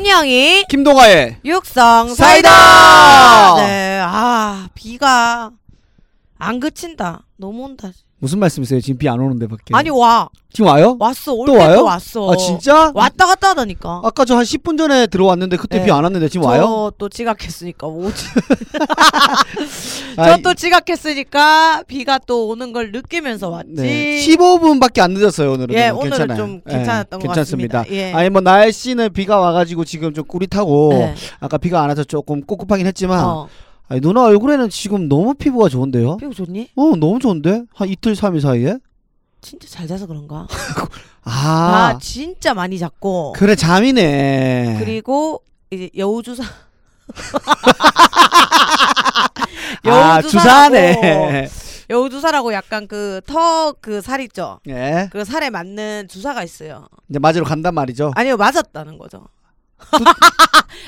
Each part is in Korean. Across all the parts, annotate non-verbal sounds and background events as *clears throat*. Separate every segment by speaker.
Speaker 1: 신양이
Speaker 2: 김동아의
Speaker 1: 육성 사이다.
Speaker 2: 사이다!
Speaker 1: 네, 아 비가 안 그친다. 너무 온다.
Speaker 2: 무슨 말씀이세요? 지금 비 안 오는데 밖에.
Speaker 1: 아니 와
Speaker 2: 지금 와요?
Speaker 1: 왔어 올
Speaker 2: 또
Speaker 1: 때도
Speaker 2: 와요?
Speaker 1: 왔어.
Speaker 2: 아 진짜?
Speaker 1: 왔다 갔다 하다니까.
Speaker 2: 아까 저 한 10분 전에 들어왔는데 그때
Speaker 1: 네.
Speaker 2: 비 안 왔는데 지금 와요?
Speaker 1: 저또 지각했으니까 오지.
Speaker 2: *laughs*
Speaker 1: 저
Speaker 2: 아,
Speaker 1: 또 지각했으니까 비가 또 오는 걸 느끼면서 왔지.
Speaker 2: 네. 15분밖에 안 늦었어요 오늘은.
Speaker 1: 예,
Speaker 2: 너무
Speaker 1: 오늘은
Speaker 2: 괜찮아요.
Speaker 1: 좀 괜찮았던
Speaker 2: 예,
Speaker 1: 것
Speaker 2: 괜찮습니다.
Speaker 1: 같습니다. 예.
Speaker 2: 아니 뭐 날씨는 비가 와가지고 지금 좀 꿀릿하고
Speaker 1: 네.
Speaker 2: 아까 비가 안 와서 조금 꿉꿉하긴 했지만
Speaker 1: 어.
Speaker 2: 아니, 누나 얼굴에는 지금 너무 피부가 좋은데요?
Speaker 1: 피부 좋니?
Speaker 2: 어 너무 좋은데 한 이틀 3일 사이에?
Speaker 1: 진짜 잘 자서 그런가?
Speaker 2: 아,
Speaker 1: 아, 진짜 많이 잤고
Speaker 2: 그래 잠이네.
Speaker 1: 그리고 이제 여우주사 *laughs*
Speaker 2: 아
Speaker 1: 여우주사라고.
Speaker 2: 아, 주사네.
Speaker 1: 여우주사라고 약간 그 턱 그 살 있죠.
Speaker 2: 예
Speaker 1: 그 살에 맞는 주사가 있어요.
Speaker 2: 이제 맞으러 간단 말이죠.
Speaker 1: 아니요 맞았다는 거죠. *laughs*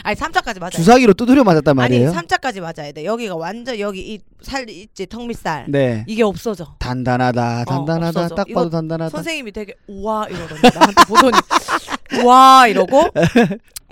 Speaker 1: 아니 3차까지 맞아요.
Speaker 2: 주사기로 두드려 맞았단 말이에요.
Speaker 1: 아니 3차까지 맞아야 돼. 여기가 완전 여기 이 살 있지 턱 밑살
Speaker 2: 네.
Speaker 1: 이게 없어져.
Speaker 2: 단단하다, 단단하다,
Speaker 1: 없어져.
Speaker 2: 딱
Speaker 1: 이거
Speaker 2: 봐도 단단하다.
Speaker 1: 선생님이 되게 우와 이러던데 나한테 보더니 *laughs* 우와 이러고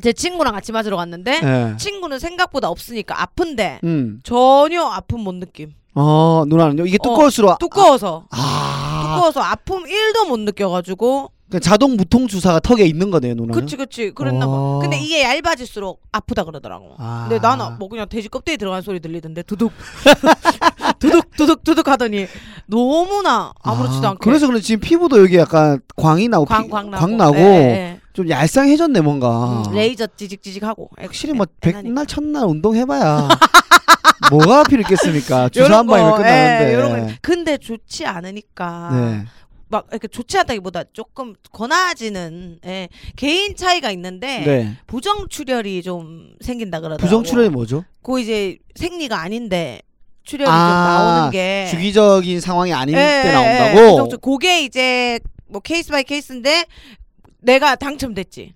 Speaker 1: 제 친구랑 같이 맞으러 갔는데
Speaker 2: 예.
Speaker 1: 친구는 생각보다 없으니까 아픈데
Speaker 2: 음.
Speaker 1: 전혀 아픔 못 느낌.
Speaker 2: 어, 누나는요? 이게
Speaker 1: 어,
Speaker 2: 두꺼울수록.
Speaker 1: 두꺼워서
Speaker 2: 아.
Speaker 1: 두꺼워서 아픔 1도 못 느껴가지고
Speaker 2: 그러니까 자동 무통 주사가 턱에 있는 거네요, 누나.
Speaker 1: 그치 그치 그랬나 봐.
Speaker 2: 어.
Speaker 1: 근데 이게 얇아질수록 아프다 그러더라고.
Speaker 2: 아.
Speaker 1: 근데 나는 뭐 그냥 돼지 껍데기 들어간 소리 들리던데 두둑 *laughs* 두둑 두둑 두둑 하더니 너무나 아무렇지도 않게
Speaker 2: 그래서 그런지 지금 피부도 여기 약간 광이 나고 피-
Speaker 1: 광광 나고,
Speaker 2: 광 나고
Speaker 1: 예, 예.
Speaker 2: 좀 얄쌍해졌네 뭔가.
Speaker 1: 음, 레이저 찌직찌직하고 예.
Speaker 2: 확실히 뭐
Speaker 1: 애- 애나니까.
Speaker 2: 백날 첫날 운동해봐야 뭐가
Speaker 1: *laughs*
Speaker 2: 필요 있겠습니까? 주사 한
Speaker 1: 요런
Speaker 2: 방이면
Speaker 1: 거, 예, 요런 거. 아,
Speaker 2: 끝나는데.
Speaker 1: 근데 좋지 않으니까
Speaker 2: 네.
Speaker 1: 막 이렇게 좋지 않다기보다 조금 권하지는 예. 개인 차이가 있는데
Speaker 2: 네.
Speaker 1: 부정 출혈이 좀 생긴다 그러더라고.
Speaker 2: 부정 출혈이 뭐죠?
Speaker 1: 그 이제 생리가 아닌데 출혈이 좀
Speaker 2: 아,
Speaker 1: 나오는 게
Speaker 2: 주기적인 상황이 아닐
Speaker 1: 예,
Speaker 2: 때
Speaker 1: 예, 예.
Speaker 2: 나온다고.
Speaker 1: 그래서 그게 이제 뭐 케이스 바이 케이스인데 내가 당첨됐지.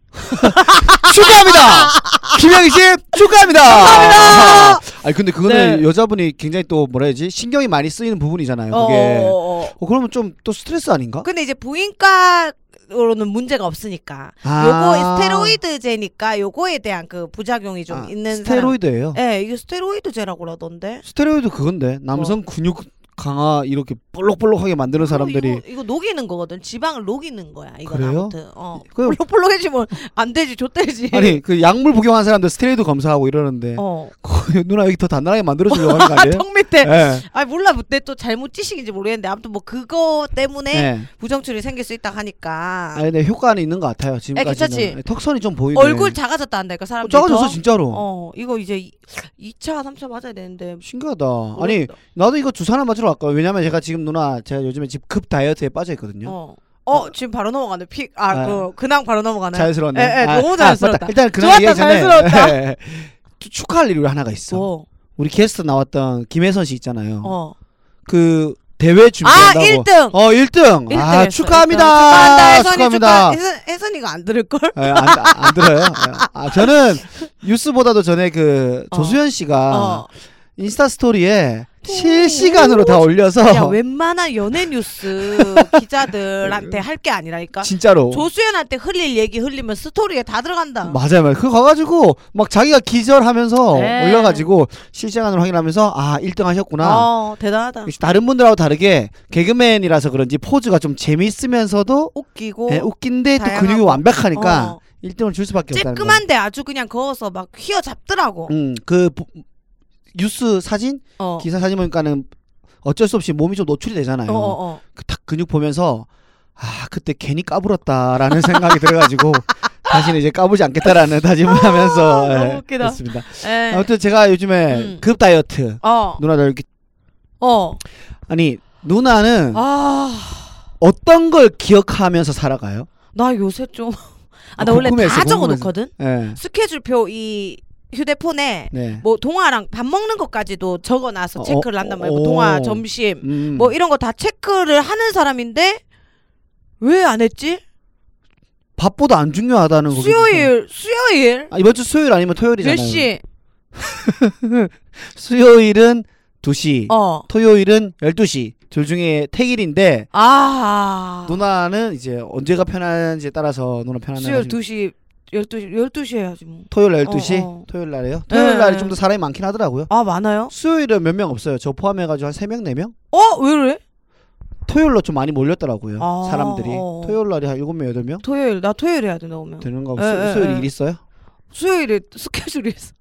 Speaker 2: 축하합니다.
Speaker 1: *laughs*
Speaker 2: 김영희 씨 축하합니다.
Speaker 1: 축하합니다!
Speaker 2: *laughs* 아니 근데 그거는
Speaker 1: 네.
Speaker 2: 여자분이 굉장히 또 뭐라 해야지 신경이 많이 쓰이는 부분이잖아요.
Speaker 1: 어,
Speaker 2: 그게. 어,
Speaker 1: 어, 그, 어.
Speaker 2: 그러면 좀 또 스트레스 아닌가?
Speaker 1: 근데 이제 부인과로는 문제가 없으니까
Speaker 2: 아.
Speaker 1: 요거 스테로이드제니까 요거에 대한 그 부작용이 좀
Speaker 2: 아,
Speaker 1: 있는
Speaker 2: 스테로이드예요.
Speaker 1: 사람. 예, 이게 스테로이드제라고 그러던데.
Speaker 2: 스테로이드 그건데 남성
Speaker 1: 뭐.
Speaker 2: 근육 강화 이렇게 볼록볼록하게 만드는 사람들이
Speaker 1: 어, 이거, 이거 녹이는 거거든. 지방을 녹이는 거야. 이건
Speaker 2: 그래요?
Speaker 1: 아무튼. 어.
Speaker 2: 그럼-
Speaker 1: 볼록볼록해지면 안 되지. 좆되지.
Speaker 2: 아니 그 약물 복용한 사람들 스테로이드 검사하고 이러는데
Speaker 1: 어.
Speaker 2: *laughs* 누나 여기 더 단단하게 만들어주려고 하는 거
Speaker 1: *laughs*
Speaker 2: 아니에요?
Speaker 1: 턱 밑에.
Speaker 2: 예.
Speaker 1: 아 몰라. 그때 또 잘못 지식인지 모르겠는데 아무튼 뭐 그거 때문에
Speaker 2: 예.
Speaker 1: 부정출이 생길 수 있다 하니까
Speaker 2: 아 근데 효과는 있는 것 같아요
Speaker 1: 네, 괜찮지?
Speaker 2: 지금까지는. 턱선이 좀 보이네.
Speaker 1: 얼굴 작아졌다 한다니까 사람들이
Speaker 2: 작아졌어
Speaker 1: 더?
Speaker 2: 진짜로.
Speaker 1: 어 이거 이제 2차 3차 맞아야 되는데 어.
Speaker 2: 신기하다. 아니 나도 이거 주사나 맞으러 갈까? 왜냐면 제가 지금 누나 제가 요즘에 집 급 다이어트에 빠져 있거든요.
Speaker 1: 어어 지금 바로 넘어가네
Speaker 2: 아.
Speaker 1: 픽아그 근황 바로 넘어가네
Speaker 2: 자연스러웠네. 아,
Speaker 1: 예, 예, 너무
Speaker 2: 맞다.
Speaker 1: 자연스럽다.
Speaker 2: 일단 그날
Speaker 1: 좋았다,
Speaker 2: 얘기하기 *laughs* 전에
Speaker 1: 자연스러웠다.
Speaker 2: 예, 예. 추- 축하할 일이 하나가 있어.
Speaker 1: 어,
Speaker 2: 우리 게스트 나왔던 김혜선 씨 있잖아요.
Speaker 1: 어.
Speaker 2: 그 대회
Speaker 1: 아
Speaker 2: 준비한다고.
Speaker 1: 1등
Speaker 2: 어 1등. 아
Speaker 1: 1등했어,
Speaker 2: 축하합니다.
Speaker 1: 일등.
Speaker 2: 축하합니다.
Speaker 1: 축하한다 혜선이 축하 혜선, 혜선이가 안 들을걸
Speaker 2: 예, 안, 안 들어요. 예. 아, 저는 뉴스보다도 전에 그
Speaker 1: 어.
Speaker 2: 조수현 씨가
Speaker 1: 어.
Speaker 2: 인스타 스토리에
Speaker 1: 오.
Speaker 2: 실시간으로 다
Speaker 1: 야
Speaker 2: *laughs* 올려서
Speaker 1: 웬만한 연예
Speaker 2: *laughs*
Speaker 1: 뉴스 기자들한테 할 게 아니라니까
Speaker 2: 진짜로
Speaker 1: 조수연한테 흘릴 얘기 흘리면 스토리에 다 들어간다
Speaker 2: 맞아요, 맞아요. 그거 가가지고 막 자기가 기절하면서
Speaker 1: 네.
Speaker 2: 올려가지고 실시간으로 확인하면서 아 1등 하셨구나.
Speaker 1: 어 대단하다
Speaker 2: 역시 다른 분들하고 다르게 개그맨이라서 그런지 포즈가 좀 재미있으면서도
Speaker 1: 웃기고
Speaker 2: 예, 웃긴데 또
Speaker 1: 다양하고.
Speaker 2: 근육이 완벽하니까
Speaker 1: 어.
Speaker 2: 1등을 줄 수밖에 없다는 거.
Speaker 1: 쬐끔한데 아주 그냥 그어서 막 휘어잡더라고.
Speaker 2: 음, 그 보- 뉴스 사진
Speaker 1: 어.
Speaker 2: 기사 사진 보니까는 어쩔 수 없이 몸이 좀 노출이 되잖아요.
Speaker 1: 어, 어, 어.
Speaker 2: 그 딱 근육 보면서 아 그때 괜히 까불었다라는 *laughs* 생각이 들어가지고 다시는 이제 까불지 않겠다라는 다짐을 하면서
Speaker 1: 어, 너무
Speaker 2: 예,
Speaker 1: 웃기다.
Speaker 2: 했습니다.
Speaker 1: 에.
Speaker 2: 아무튼 제가 요즘에
Speaker 1: 네. 음.
Speaker 2: 급 다이어트
Speaker 1: 어.
Speaker 2: 누나들 이렇게
Speaker 1: 어.
Speaker 2: 아니 누나는
Speaker 1: 아,
Speaker 2: 어떤 걸 기억하면서 살아가요?
Speaker 1: 나 요새 좀. *laughs* 아, 나
Speaker 2: 어,
Speaker 1: 원래
Speaker 2: 궁금해서,
Speaker 1: 다
Speaker 2: 궁금해서.
Speaker 1: 적어 놓거든.
Speaker 2: 예.
Speaker 1: 스케줄표 이 휴대폰에
Speaker 2: 네.
Speaker 1: 뭐 동화랑 밥 먹는 것까지도 적어 놔서
Speaker 2: 어,
Speaker 1: 체크를 한단 말이야. 뭐
Speaker 2: 어.
Speaker 1: 동화, 점심,
Speaker 2: 음.
Speaker 1: 뭐 이런 거 다 체크를 하는 사람인데 왜 안 했지?
Speaker 2: 밥보다 안 중요하다는 거.
Speaker 1: 수요일, 수요일
Speaker 2: 아, 이번 주 수요일 아니면 토요일이잖아요.
Speaker 1: 몇 시?
Speaker 2: 수요일은 2시,
Speaker 1: 어.
Speaker 2: 토요일은 12시. 둘 중에 택일인데
Speaker 1: 아.
Speaker 2: 누나는 이제 언제가 편한지에 따라서 누나 편한 날
Speaker 1: 수요일
Speaker 2: 하시면-
Speaker 1: 2시 12시 12시 해야지 뭐.
Speaker 2: 토요일 12시?
Speaker 1: 어, 어.
Speaker 2: 토요일 날에요? 토요일 날이
Speaker 1: 네.
Speaker 2: 좀 더 사람이 많긴 하더라고요.
Speaker 1: 아, 많아요?
Speaker 2: 수요일은 몇 명 없어요. 저 포함해가지고 한 3명, 4명?
Speaker 1: 어, 왜 그래?
Speaker 2: 토요일로 좀 많이 몰렸더라고요.
Speaker 1: 아,
Speaker 2: 사람들이.
Speaker 1: 어.
Speaker 2: 토요일 날이 한 7명, 8명?
Speaker 1: 토요일. 나 토요일 해야 돼, 나오면.
Speaker 2: 되는 거
Speaker 1: 예, 예,
Speaker 2: 없어요. 수요일
Speaker 1: 예.
Speaker 2: 일 있어요?
Speaker 1: 수요일에 스케줄이 있어.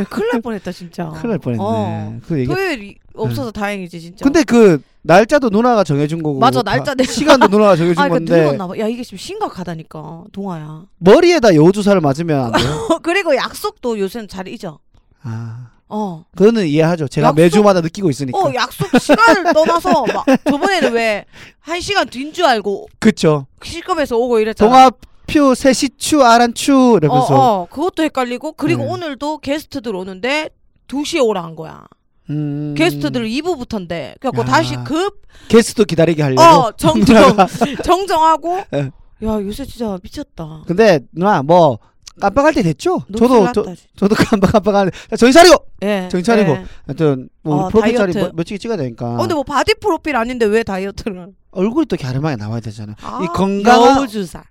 Speaker 1: 야, 큰일 날 뻔했다, 진짜.
Speaker 2: *laughs* 큰일 날 뻔했네.
Speaker 1: 어.
Speaker 2: 그 얘기.
Speaker 1: 토요일이 없어서 다행이지, 진짜.
Speaker 2: 근데 그 날짜도 누나가 정해준 거고.
Speaker 1: 맞아,
Speaker 2: 다-
Speaker 1: 날짜 내
Speaker 2: 시간도 누나가 정해준
Speaker 1: *laughs* 아, 그러니까
Speaker 2: 건데
Speaker 1: 늙었나 봐. 야, 이게 지금 심각하다니까. 동아야. *laughs*
Speaker 2: 머리에다 여우주사를 맞으면 안 돼요.
Speaker 1: 어, 그리고 약속도 요새는 잘 잊어.
Speaker 2: 아,
Speaker 1: 어.
Speaker 2: 그거는 이해하죠. 제가
Speaker 1: 약속?
Speaker 2: 매주마다 느끼고 있으니까.
Speaker 1: 어, 약속 시간을 떠나서 막 저번에는 왜 한 시간 뒤인 줄 알고
Speaker 2: 그쵸.
Speaker 1: 시급에서 오고 이랬잖아.
Speaker 2: 동아표 세시추 아란추 이러면서.
Speaker 1: 어, 어, 그것도 헷갈리고 그리고
Speaker 2: 네.
Speaker 1: 오늘도 게스트들 오는데 2시에 오라 한 거야.
Speaker 2: 음.
Speaker 1: 게스트들 2부부터인데. 그래갖고
Speaker 2: 야. 네.
Speaker 1: 다시 급,
Speaker 2: 게스트도 기다리게 하려고. *laughs*
Speaker 1: 어, 정정, *laughs* 정정하고.
Speaker 2: 예.
Speaker 1: 야, 요새 진짜 미쳤다.
Speaker 2: 근데 누나 뭐 깜빡할 때 됐죠?
Speaker 1: 너무
Speaker 2: 저도
Speaker 1: 큰일
Speaker 2: 저,
Speaker 1: 났다, 진짜.
Speaker 2: 저도 *laughs* 깜빡 깜빡하는데 자, 정신 차리고
Speaker 1: 예.
Speaker 2: 정신 차리고.
Speaker 1: 예.
Speaker 2: 하여튼 뭐
Speaker 1: 아,
Speaker 2: 프로필 자리
Speaker 1: 다이어트.
Speaker 2: 몇- 며칠 찍어야 되니까
Speaker 1: 어, 근데 뭐 바디 프로필 아닌데 왜 다이어트를?
Speaker 2: 얼굴이 또 갸름하게 나와야 되잖아.
Speaker 1: 아,
Speaker 2: 이 건강한-
Speaker 1: 여우주사.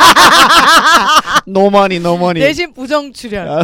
Speaker 1: 아!
Speaker 2: 노머니 노머니.
Speaker 1: 대신 부정 출연.
Speaker 2: *laughs* 아,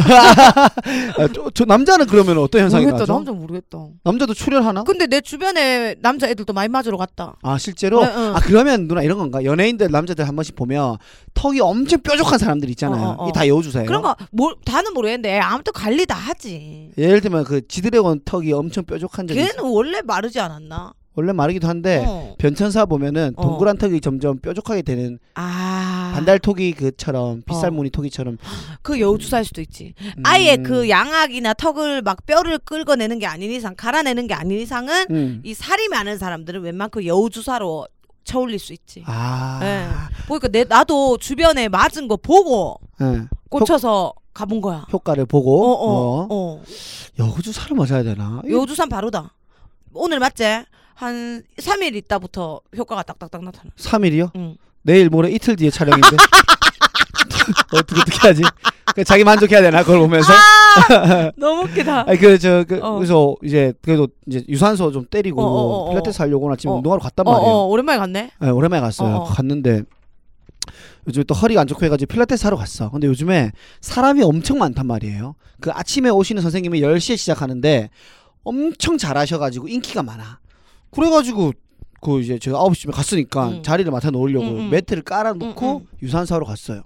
Speaker 2: 저, 저 남자는 그러면 어떤 현상이
Speaker 1: 모르겠다.
Speaker 2: 나죠? 어?
Speaker 1: 남자 그 모르겠다.
Speaker 2: 남자도 출연하나?
Speaker 1: 근데 내 주변에 남자 애들도 많이 맞으러 갔다.
Speaker 2: 아 실제로
Speaker 1: 네, 응.
Speaker 2: 아 그러면 누나 이런 건가 연예인들 남자들 한 번씩 보면 턱이 엄청 뾰족한 사람들 있잖아요
Speaker 1: 어, 어, 어.
Speaker 2: 이게 다 여우주사예요
Speaker 1: 그런 거 뭘, 다는 모르겠는데 아무튼 관리 다 하지.
Speaker 2: 예를 들면 그 지드래곤 턱이 엄청 뾰족한 적이 있어
Speaker 1: 걔는 원래 마르지 않았나?
Speaker 2: 원래 마르기도 한데
Speaker 1: 어.
Speaker 2: 변천사 보면은
Speaker 1: 어.
Speaker 2: 동그란 턱이 점점 뾰족하게 되는
Speaker 1: 아.
Speaker 2: 반달 토기 그처럼 빗살
Speaker 1: 어.
Speaker 2: 무늬 토기처럼
Speaker 1: 그 여우주사일 수도 있지.
Speaker 2: 음.
Speaker 1: 아예 그 양악이나 턱을 막 뼈를 긁어내는 게 아닌 이상, 갈아내는 게 아닌 이상은
Speaker 2: 음.
Speaker 1: 이 살이 많은 사람들은 웬만큼 여우주사로 쳐올릴 수 있지.
Speaker 2: 아
Speaker 1: 예. 보니까 내 나도 주변에 맞은 거 보고
Speaker 2: 예.
Speaker 1: 꽂혀서 가본 거야.
Speaker 2: 효과를
Speaker 1: 어,
Speaker 2: 보고
Speaker 1: 어,
Speaker 2: 어.
Speaker 1: 어.
Speaker 2: 여우주사를 맞아야 되나 이거
Speaker 1: 여우주산 바로다. 오늘 맞지? 한 3일 있다부터 효과가 딱딱딱 나타나.
Speaker 2: 3일이요?
Speaker 1: 응.
Speaker 2: 내일 모레 이틀 뒤에 촬영인데 *laughs* 어떻게 어떻게 하지? 그 자기 만족해야 되나 그걸 보면서?
Speaker 1: 너무 웃기다.
Speaker 2: 아. 아니 그저 그,
Speaker 1: 아! 어.
Speaker 2: 그래서 이제 그래도 이제 유산소 좀 때리고
Speaker 1: 어, 어, 어,
Speaker 2: 필라테스 하려고 나 지금
Speaker 1: 어.
Speaker 2: 운동하러 갔단
Speaker 1: 어,
Speaker 2: 말이에요.
Speaker 1: 어, 오랜만에 갔네.
Speaker 2: 네, 오랜만에 갔어요.
Speaker 1: 어, 어.
Speaker 2: 갔는데 요즘 또 허리가 안 좋고 해가지고 필라테스 하러 갔어. 근데 요즘에 사람이 엄청 많단 말이에요. 그 아침에 오시는 선생님이 10시에 시작하는데 엄청 잘하셔가지고 인기가 많아. 그래가지고 그 이제 제가 9시쯤에 갔으니까
Speaker 1: 음.
Speaker 2: 자리를 맡아 놓으려고
Speaker 1: 음, 음.
Speaker 2: 매트를 깔아놓고
Speaker 1: 음, 음.
Speaker 2: 유산소 하러 갔어요.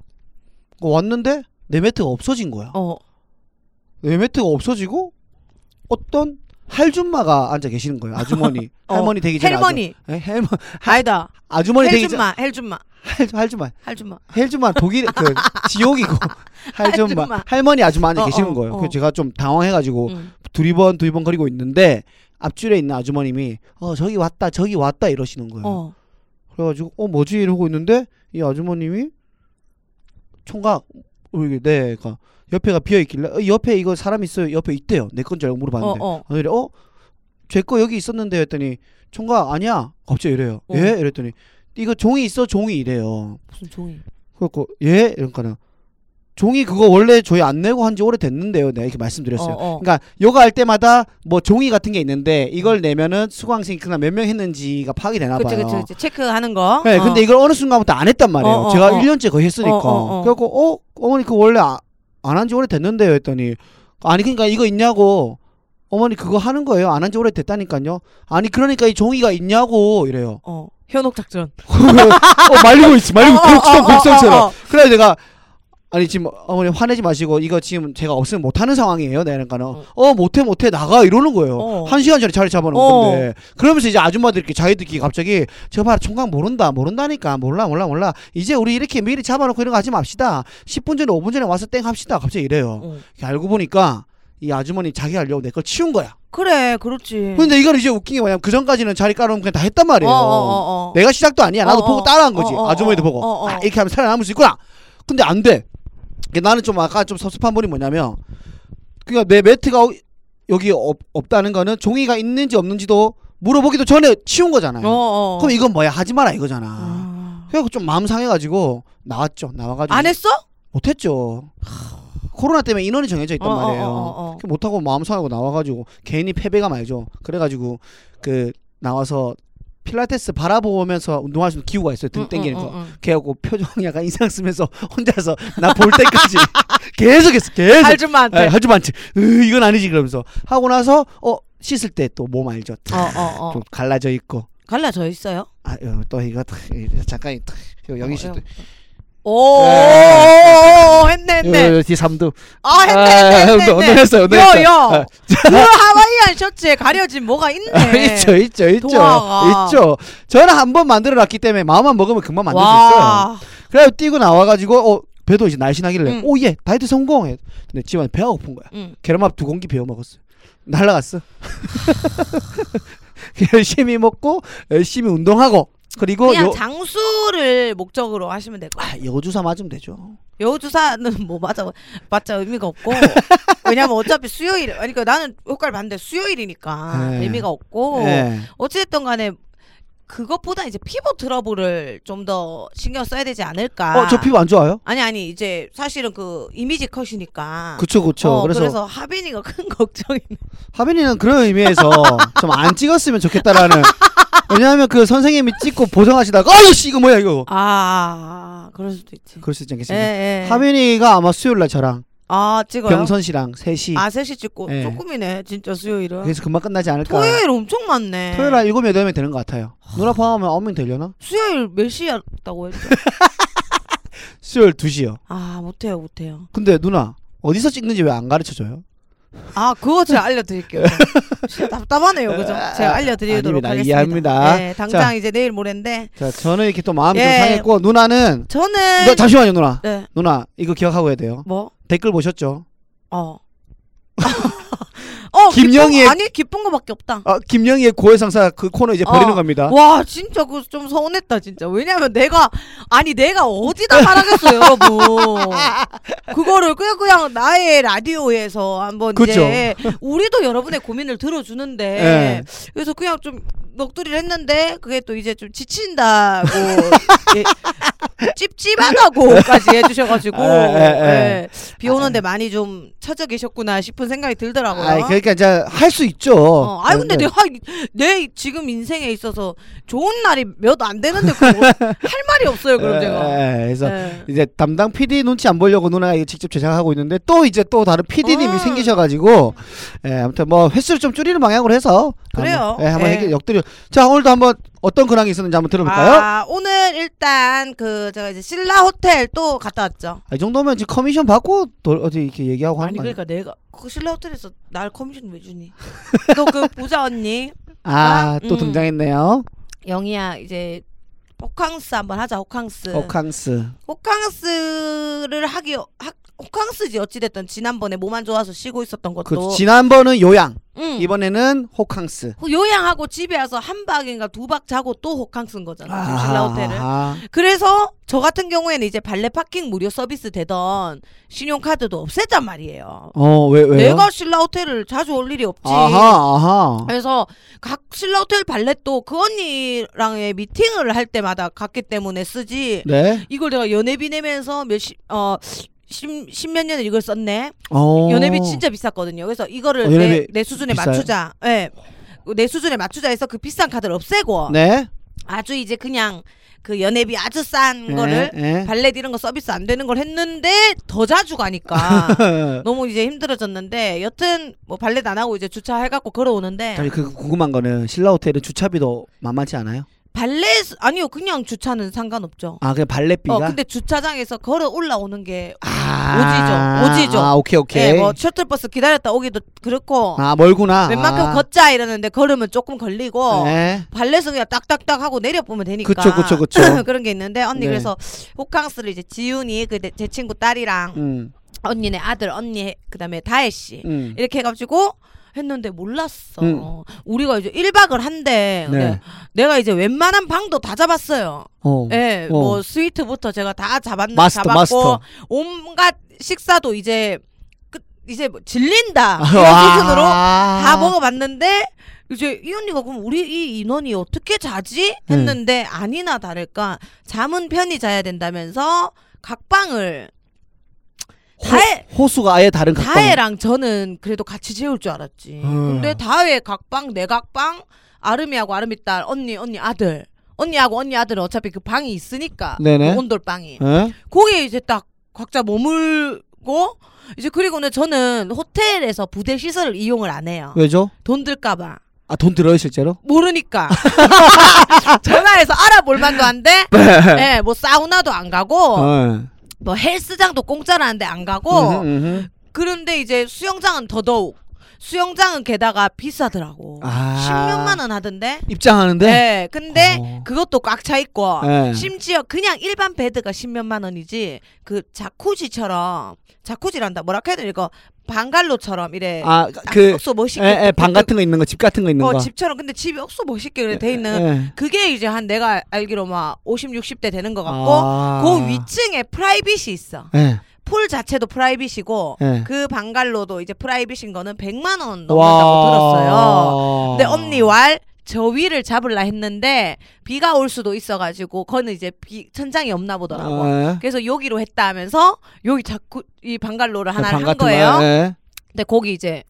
Speaker 2: 그 왔는데 내 매트가 없어진 거야.
Speaker 1: 어.
Speaker 2: 내 매트가 없어지고 어떤 할줌마가 앉아 계시는 거예요. 아주머니.
Speaker 1: *laughs* 어.
Speaker 2: 할머니 되기 전에.
Speaker 1: 헬머니.
Speaker 2: 아주, 에, 헬머,
Speaker 1: 아니다.
Speaker 2: 아주머니 되기 전에.
Speaker 1: 헬준마.
Speaker 2: *laughs*
Speaker 1: 헬준마.
Speaker 2: 할, 할줌마.
Speaker 1: 헬준마.
Speaker 2: 헬줌마 독일 그
Speaker 1: *laughs*
Speaker 2: 지옥이고 할줌마
Speaker 1: 할줌마.
Speaker 2: 할머니 아줌마 앉아
Speaker 1: 어,
Speaker 2: 계시는
Speaker 1: 어,
Speaker 2: 거예요.
Speaker 1: 어. 음.
Speaker 2: 그래서 제가 좀 당황해가지고
Speaker 1: 응.
Speaker 2: 두리번 두리번 거리고 있는데 앞줄에 있는 아주머님이 어 저기 왔다 저기 왔다 이러시는 거예요.
Speaker 1: 어.
Speaker 2: 그래가지고 어 뭐지 이러고 있는데 이 아주머님이 총각 어, 이게 네 그러니까 옆에가 비어 있길래 어, 옆에 이거 사람 있어요 옆에 있대요 내 건 줄 알고
Speaker 1: 어,
Speaker 2: 물어봤는데
Speaker 1: 어.
Speaker 2: 어, 이래 어? 제 거 여기 있었는데 했더니 총각 아니야 갑자기 이래요
Speaker 1: 어.
Speaker 2: 예 이랬더니 이거 종이 있어 종이 이래요
Speaker 1: 무슨 종이.
Speaker 2: 그래갖고 예 이러니까는 종이 그거 원래 저희 안 내고 한 지 오래됐는데요 내가 이렇게 말씀드렸어요
Speaker 1: 어, 어.
Speaker 2: 그러니까 요가 할 때마다 뭐 종이 같은 게 있는데 이걸 내면은 수강생이 그날 몇 명 했는지가 파악이 되나
Speaker 1: 그치,
Speaker 2: 봐요
Speaker 1: 그치, 그치. 체크하는 거.
Speaker 2: 네,
Speaker 1: 어.
Speaker 2: 근데 이걸 어느 순간부터 안 했단 말이에요
Speaker 1: 어, 어,
Speaker 2: 제가
Speaker 1: 어.
Speaker 2: 1년째 거의 했으니까
Speaker 1: 어, 어, 어.
Speaker 2: 그래갖고 어 어머니 그거 원래 안 한 지 오래됐는데요 했더니 아니 그러니까 이거 있냐고 어머니 그거 하는 거예요 안 한 지 오래됐다니까요 아니 그러니까 이 종이가 있냐고
Speaker 1: *laughs*
Speaker 2: 이래요
Speaker 1: 어. 현혹 작전.
Speaker 2: 어, 말리고 있어 말리고
Speaker 1: 어, 어, 어,
Speaker 2: 곡성
Speaker 1: 어,
Speaker 2: 곡성처럼
Speaker 1: 어, 어.
Speaker 2: 그래 내가 아니 지금 어머니 화내지 마시고 이거 지금 제가 없으면 못하는 상황이에요 내니까는
Speaker 1: 어.
Speaker 2: 어 못해 못해 나가 이러는 거예요
Speaker 1: 어.
Speaker 2: 한 시간 전에 자리 잡아놓은
Speaker 1: 어.
Speaker 2: 건데 그러면서 이제 아줌마들이 이렇게 자기들끼리 갑자기 저 봐라 총각 모른다 모른다니까 몰라 몰라 몰라 이제 우리 이렇게 미리 잡아놓고 이런 거 하지 맙시다 10분 전에 5분 전에 와서 땡 합시다 갑자기 이래요
Speaker 1: 어.
Speaker 2: 알고 보니까 이 아주머니 자기 하려고 내 걸 치운 거야
Speaker 1: 그래, 그렇지.
Speaker 2: 근데 이걸 이제 웃긴 게 뭐냐면 그 전까지는 자리 깔아놓으면 그냥 다 했단
Speaker 1: 음. 어,
Speaker 2: 말이에요
Speaker 1: 어, 어, 어.
Speaker 2: 내가 시작도 아니야. 나도
Speaker 1: 어,
Speaker 2: 보고
Speaker 1: 어.
Speaker 2: 따라한 거지.
Speaker 1: 어, 어,
Speaker 2: 아주머니도
Speaker 1: 어,
Speaker 2: 보고
Speaker 1: 어, 어.
Speaker 2: 아, 이렇게 하면 살아남을 수 있구나. 근데 안 돼. 이게 나는 좀 아까 좀 섭섭한 분이 뭐냐면 그니까 내 매트가 어- 여기 없, 없다는 거는 종이가 있는지 없는지도 물어보기도 전에 치운 거잖아요.
Speaker 1: 어, 어.
Speaker 2: 그럼 이건 뭐야 하지 마라 이거잖아.
Speaker 1: 아.
Speaker 2: 그래서 좀 마음 상해가지고 나왔죠. 나와가지고
Speaker 1: 안 했어?
Speaker 2: 못했죠. 코로나 때문에 인원이 정해져 있단
Speaker 1: 어, 어,
Speaker 2: 말이에요.
Speaker 1: 어, 어, 어.
Speaker 2: 그렇게 못하고 마음 상하고 나와가지고 괜히 패배감 알죠. 그래가지고 그 나와서 필라테스 바라보면서 운동할 수 있는 기구가 있어요. 등 땡기는 거. 걔하고 표정 약간 인상 쓰면서 *laughs* 혼자서 나 볼 때까지 *laughs* 계속했어. 계속.
Speaker 1: 할줌만
Speaker 2: 예,
Speaker 1: 한
Speaker 2: 할줄 많지. 으, 이건 아니지 그러면서 하고 나서 어 씻을 때 또 몸 알죠.
Speaker 1: 어어어
Speaker 2: 좀 갈라져 있고.
Speaker 1: 갈라져 있어요?
Speaker 2: 아, 어, 또 이거 탁, 이, 잠깐 이, 탁,
Speaker 1: 어,
Speaker 2: 이거 영희 씨도 네,
Speaker 1: 오
Speaker 2: 예.
Speaker 1: 했네 했네
Speaker 2: 요 뒤삼도
Speaker 1: 아 했네 했네
Speaker 2: 오늘
Speaker 1: 했네
Speaker 2: 오늘 했어요 오늘 했어요
Speaker 1: 요요 그 하와이안 셔츠에 가려진 뭐가
Speaker 2: 아,
Speaker 1: 있네
Speaker 2: *laughs* 있죠 있죠 있죠
Speaker 1: 도화가.
Speaker 2: 있죠 저는 한 번 만들어 놨기 때문에 마음만 먹으면 금방 만들 수 있어요
Speaker 1: 와.
Speaker 2: 그래서 뛰고 나와가지고 어 배도 이제 날씬하길래
Speaker 1: 음.
Speaker 2: 오예 다이어트 성공해 근데 집안 배가 고픈 거야
Speaker 1: 응.
Speaker 2: 계란밥 두 공기 배워 먹었어요. 날라갔어. *laughs* 열심히 먹고 열심히 운동하고 그리고
Speaker 1: 그냥
Speaker 2: 요,
Speaker 1: 장수를 목적으로 하시면 될 것 같아요
Speaker 2: 아, 여주사 맞으면 되죠.
Speaker 1: 여우주사는 뭐 맞아 맞자 의미가
Speaker 2: *laughs*
Speaker 1: 없고 왜냐면 어차피 수요일 아니 그러니까 나는 효과를 봤는데 수요일이니까
Speaker 2: 네.
Speaker 1: 의미가 없고
Speaker 2: 예.
Speaker 1: 어찌됐든 간에 그것보다 이제 피부 트러블을 좀 더 신경 써야 되지 않을까
Speaker 2: 어저 피부 안 좋아요?
Speaker 1: 아니 아니 이제 사실은 그 이미지 컷이니까
Speaker 2: 그쵸 그쵸.
Speaker 1: 어,
Speaker 2: 그래서,
Speaker 1: 그래서, 하빈이가 큰 *laughs* 걱정이네
Speaker 2: 하빈이는 그런
Speaker 1: *laughs*
Speaker 2: 의미에서 좀 안 찍었으면 좋겠다라는. 왜냐하면 그 선생님이 찍고 보정하시다가 아이씨 이거 뭐야 이거.
Speaker 1: 아 그럴 수도 있지
Speaker 2: 그럴 수 있지 않겠습니까?
Speaker 1: 예예
Speaker 2: 하빈이가 아마 수요일 날 저랑
Speaker 1: 아 찍어요
Speaker 2: 병선 씨랑 셋이
Speaker 1: 아 3시 찍고
Speaker 2: 예.
Speaker 1: 조금이네 진짜 수요일은
Speaker 2: 그래서 금방 끝나지 않을까.
Speaker 1: 토요일 엄청 많네
Speaker 2: 토요일 날 일곱 여덟 명 되는 것 같아요. 누나 포함하면 아홉 명 되려나?
Speaker 1: 수요일 몇 시였다고 했죠
Speaker 2: 수요일 2 시요.
Speaker 1: 아 못해요 못해요
Speaker 2: 근데 누나 어디서 찍는지 왜 안 가르쳐줘요?
Speaker 1: 아 그거 제가
Speaker 2: *laughs*
Speaker 1: 알려드릴게요 진짜 답답하네요 그죠 제가 알려드리도록
Speaker 2: 아닙니다.
Speaker 1: 하겠습니다
Speaker 2: 이해합니다.
Speaker 1: 예, 당장
Speaker 2: 자.
Speaker 1: 이제 내일 모레인데
Speaker 2: 자 저는 이렇게 또 마음이 좀
Speaker 1: 예.
Speaker 2: 상했고 누나는
Speaker 1: 저는
Speaker 2: 너, 잠시만요 누나
Speaker 1: 네.
Speaker 2: 누나 이거 기억하고 해야 돼요
Speaker 1: 뭐?
Speaker 2: 댓글 보셨죠?
Speaker 1: 어.
Speaker 2: *laughs*
Speaker 1: *laughs* 어
Speaker 2: 김영희의-
Speaker 1: 기쁜, 아니 기쁜 거밖에 없다.
Speaker 2: 아 김영희의 고해상사 그 코너 이제 버리는
Speaker 1: 어.
Speaker 2: 겁니다
Speaker 1: 와 진짜 그 좀 서운했다 진짜 왜냐면 내가 아니 내가 어디다 말하겠어
Speaker 2: *laughs*
Speaker 1: 여러분 그거를 그냥, 그냥 나의 라디오에서 한번 이제 우리도 여러분의 고민을 들어주는데
Speaker 2: 예.
Speaker 1: 그래서 그냥 좀 넋두리를 했는데 그게 또 이제 좀 지친다고
Speaker 2: *laughs*
Speaker 1: 예, 찝찝하다고까지 해주셔가지고
Speaker 2: 예, 예, 예.
Speaker 1: 예, 비 오는데 많이 좀 처져 계셨구나 싶은 생각이 들더라고요.
Speaker 2: 아 그러니까 이제 할 수 있죠
Speaker 1: 어, 아니
Speaker 2: 네,
Speaker 1: 근데 내가 이- 내 지금 인생에 있어서 좋은 날이 몇 안 되는데 그거 할 말이 없어요 그럼 제가.
Speaker 2: 예, 예, 그래서
Speaker 1: 네.
Speaker 2: 이제 담당 PD 눈치 안 보려고 누나가 이거 직접 제작하고 있는데 또 이제 또 다른 PD님이
Speaker 1: 음.
Speaker 2: 생기셔가지고 예, 아무튼 뭐 횟수를 좀 줄이는 방향으로 해서
Speaker 1: 그래요.
Speaker 2: 한번, 예, 한번
Speaker 1: 예.
Speaker 2: 해결- 역들이 자 오늘도 한번 어떤 근황이 있었는지 한번 들어볼까요?
Speaker 1: 아 오늘 일단 그 제가 이제 신라 호텔 또 갔다 왔죠.
Speaker 2: 아, 이 정도면 지금 커미션 받고 돌, 어디 이렇게 얘기하고 하는
Speaker 1: 아니
Speaker 2: 거 아니에요?
Speaker 1: 그러니까 내가 그 신라 호텔에서 날 커미션 왜 주니? 너 그 보자 언니
Speaker 2: 아 또
Speaker 1: 음.
Speaker 2: 등장했네요.
Speaker 1: 영희야 이제 호캉스 한번 하자 호캉스.
Speaker 2: 호캉스.
Speaker 1: 호캉스를 하기 어- 하, 호캉스지 어찌됐든 지난번에 몸 안 좋아서 쉬고 있었던
Speaker 2: 그
Speaker 1: 것도.
Speaker 2: 지난번은 요양,
Speaker 1: 응.
Speaker 2: 이번에는 호캉스.
Speaker 1: 그 요양하고 집에 와서 한 박인가 두 박 자고 또 호캉스인 음, 거잖아. 지금 신라 호텔을.
Speaker 2: 아하.
Speaker 1: 그래서 저 같은 경우에는 이제 발레 파킹 무료 서비스 되던 신용카드도 없앴단 말이에요.
Speaker 2: 어, 왜 왜요?
Speaker 1: 내가 신라 호텔을 자주 올 일이 없지.
Speaker 2: 아하, 아하.
Speaker 1: 그래서 각 신라 호텔 발렛도 그 언니랑의 미팅을 할 때마다 갔기 때문에 쓰지.
Speaker 2: 네.
Speaker 1: 이걸 내가 연회비 내면서 어, 몇십어십몇 년을 이걸 썼네.
Speaker 2: 어.
Speaker 1: 연회비 진짜 비쌌거든요. 그래서 이거를
Speaker 2: 어,
Speaker 1: 내,
Speaker 2: 연회비
Speaker 1: 내 수준에
Speaker 2: 비싸요?
Speaker 1: 맞추자. 예. 내 수준에 맞추자 해서 그 비싼 카드를 없애고
Speaker 2: 네.
Speaker 1: 아주 이제 그냥 그 연회비 아주 싼 음, 거를
Speaker 2: 네.
Speaker 1: 발렛 이런 거 서비스 안 되는 걸 했는데 더 자주
Speaker 2: *laughs*
Speaker 1: 가니까 너무 이제 힘들어졌는데 여튼 뭐 발렛 안 하고 이제 주차해 갖고 걸어오는데
Speaker 2: 아니 그 궁금한 거는 신라 호텔은 주차비도 만만치 않아요?
Speaker 1: 발렛 아니요 그냥 주차는 상관없죠.
Speaker 2: 아, 그냥 발렛비가.
Speaker 1: 어 근데 주차장에서 걸어 올라오는 게
Speaker 2: 아,
Speaker 1: 오지죠. 오지죠.
Speaker 2: 아, 오케이 오케이.
Speaker 1: 예, 뭐 셔틀버스 기다렸다 오기도 그렇고
Speaker 2: 아, 멀구나.
Speaker 1: 웬만큼
Speaker 2: 아.
Speaker 1: 걷자 이러는데 걸으면 조금 걸리고
Speaker 2: 네.
Speaker 1: 발레서 그냥 딱딱딱 하고 내려보면 되니까
Speaker 2: 그쵸,
Speaker 1: *laughs*
Speaker 2: 그쵸, 그쵸.
Speaker 1: 런게 있는데 언니
Speaker 2: 네.
Speaker 1: 그래서 호캉스를 이제 지윤이 그 제 친구 딸이랑
Speaker 2: 음.
Speaker 1: 언니네 아들 언니 그다음에 다혜 씨
Speaker 2: 음.
Speaker 1: 이렇게 해가지고 했는데 몰랐어
Speaker 2: 음. 네.
Speaker 1: 우리가 이제 1박을 한데 근데 내가 이제 웬만한 방도 다 잡았어요
Speaker 2: 어.
Speaker 1: 예,
Speaker 2: 어.
Speaker 1: 뭐 스위트부터 제가 다 잡았,
Speaker 2: 마스터,
Speaker 1: 잡았고
Speaker 2: 마스터.
Speaker 1: 온갖 식사도 이제 끝 이제 뭐 질린다 이런
Speaker 2: *laughs* 와.
Speaker 1: 수준으로
Speaker 2: 아.
Speaker 1: 다 먹어봤는데 이제 이 언니가 그럼 우리 이 인원이 어떻게 자지
Speaker 2: 음.
Speaker 1: 했는데 아니나 다를까 잠은 편히 자야 된다면서 각방을 다혜
Speaker 2: 호수가 아예 다른 각방.
Speaker 1: 다혜랑 저는 그래도 같이 재울 줄 알았지.
Speaker 2: 음.
Speaker 1: 근데 다혜 각방 내 각방 아름이하고 아름이 딸 언니 언니 아들 언니하고 언니 아들은 어차피 그 방이 있으니까
Speaker 2: 네네.
Speaker 1: 그 온돌방이
Speaker 2: 예?
Speaker 1: 거기에 이제 딱 각자 머물고 이제 그리고는 저는 호텔에서 부대 시설을 이용을 안 해요.
Speaker 2: 왜죠?
Speaker 1: 돈 들까봐.
Speaker 2: 아 돈 들어요 실제로? *laughs*
Speaker 1: 모르니까 전화해서 알아볼 만도 한데
Speaker 2: 네.
Speaker 1: 예, 뭐 사우나도 안 가고
Speaker 2: 예.
Speaker 1: 뭐 헬스장도 공짜라는데 안 가고
Speaker 2: 음흠, 음흠.
Speaker 1: 그런데 이제 수영장은 더더욱 수영장은 게다가 비싸더라고
Speaker 2: 아.
Speaker 1: 16만 원 하던데
Speaker 2: 입장하는데.
Speaker 1: 네, 근데
Speaker 2: 어.
Speaker 1: 그것도 꽉 차 있고
Speaker 2: 예.
Speaker 1: 심지어 그냥 일반 베드가 십몇만 원이지 그 자쿠지처럼 자쿠지란다 뭐라 해야 되나 이거 방갈로처럼 이래 딱
Speaker 2: 아그
Speaker 1: 억소 멋있게
Speaker 2: 예, 예, 방 같은 거 있는 거, 집 같은 거 있는
Speaker 1: 어
Speaker 2: 거.
Speaker 1: 집처럼 근데 집이 억소 멋있게 그래 돼 있는
Speaker 2: 예.
Speaker 1: 그게 이제 한 내가 알기로 막 50, 60대 되는 것 같고
Speaker 2: 아.
Speaker 1: 그 위층에 프라이빗이 있어.
Speaker 2: 예.
Speaker 1: 풀 자체도 프라이빗이고
Speaker 2: 예.
Speaker 1: 그 방갈로도 이제 프라이빗인 거는 100만 원 넘는다고 들었어요. 근데 엄니왈 저 위를 잡으려 했는데 비가 올 수도 있어가지고 거는 이제 비 천장이 없나 보더라고.
Speaker 2: 예.
Speaker 1: 그래서 여기로 했다 하면서 여기 자꾸 이 방갈로를
Speaker 2: 그 방
Speaker 1: 하나를 한
Speaker 2: 같은
Speaker 1: 거예요.
Speaker 2: 거, 예.
Speaker 1: 근데 거기 이제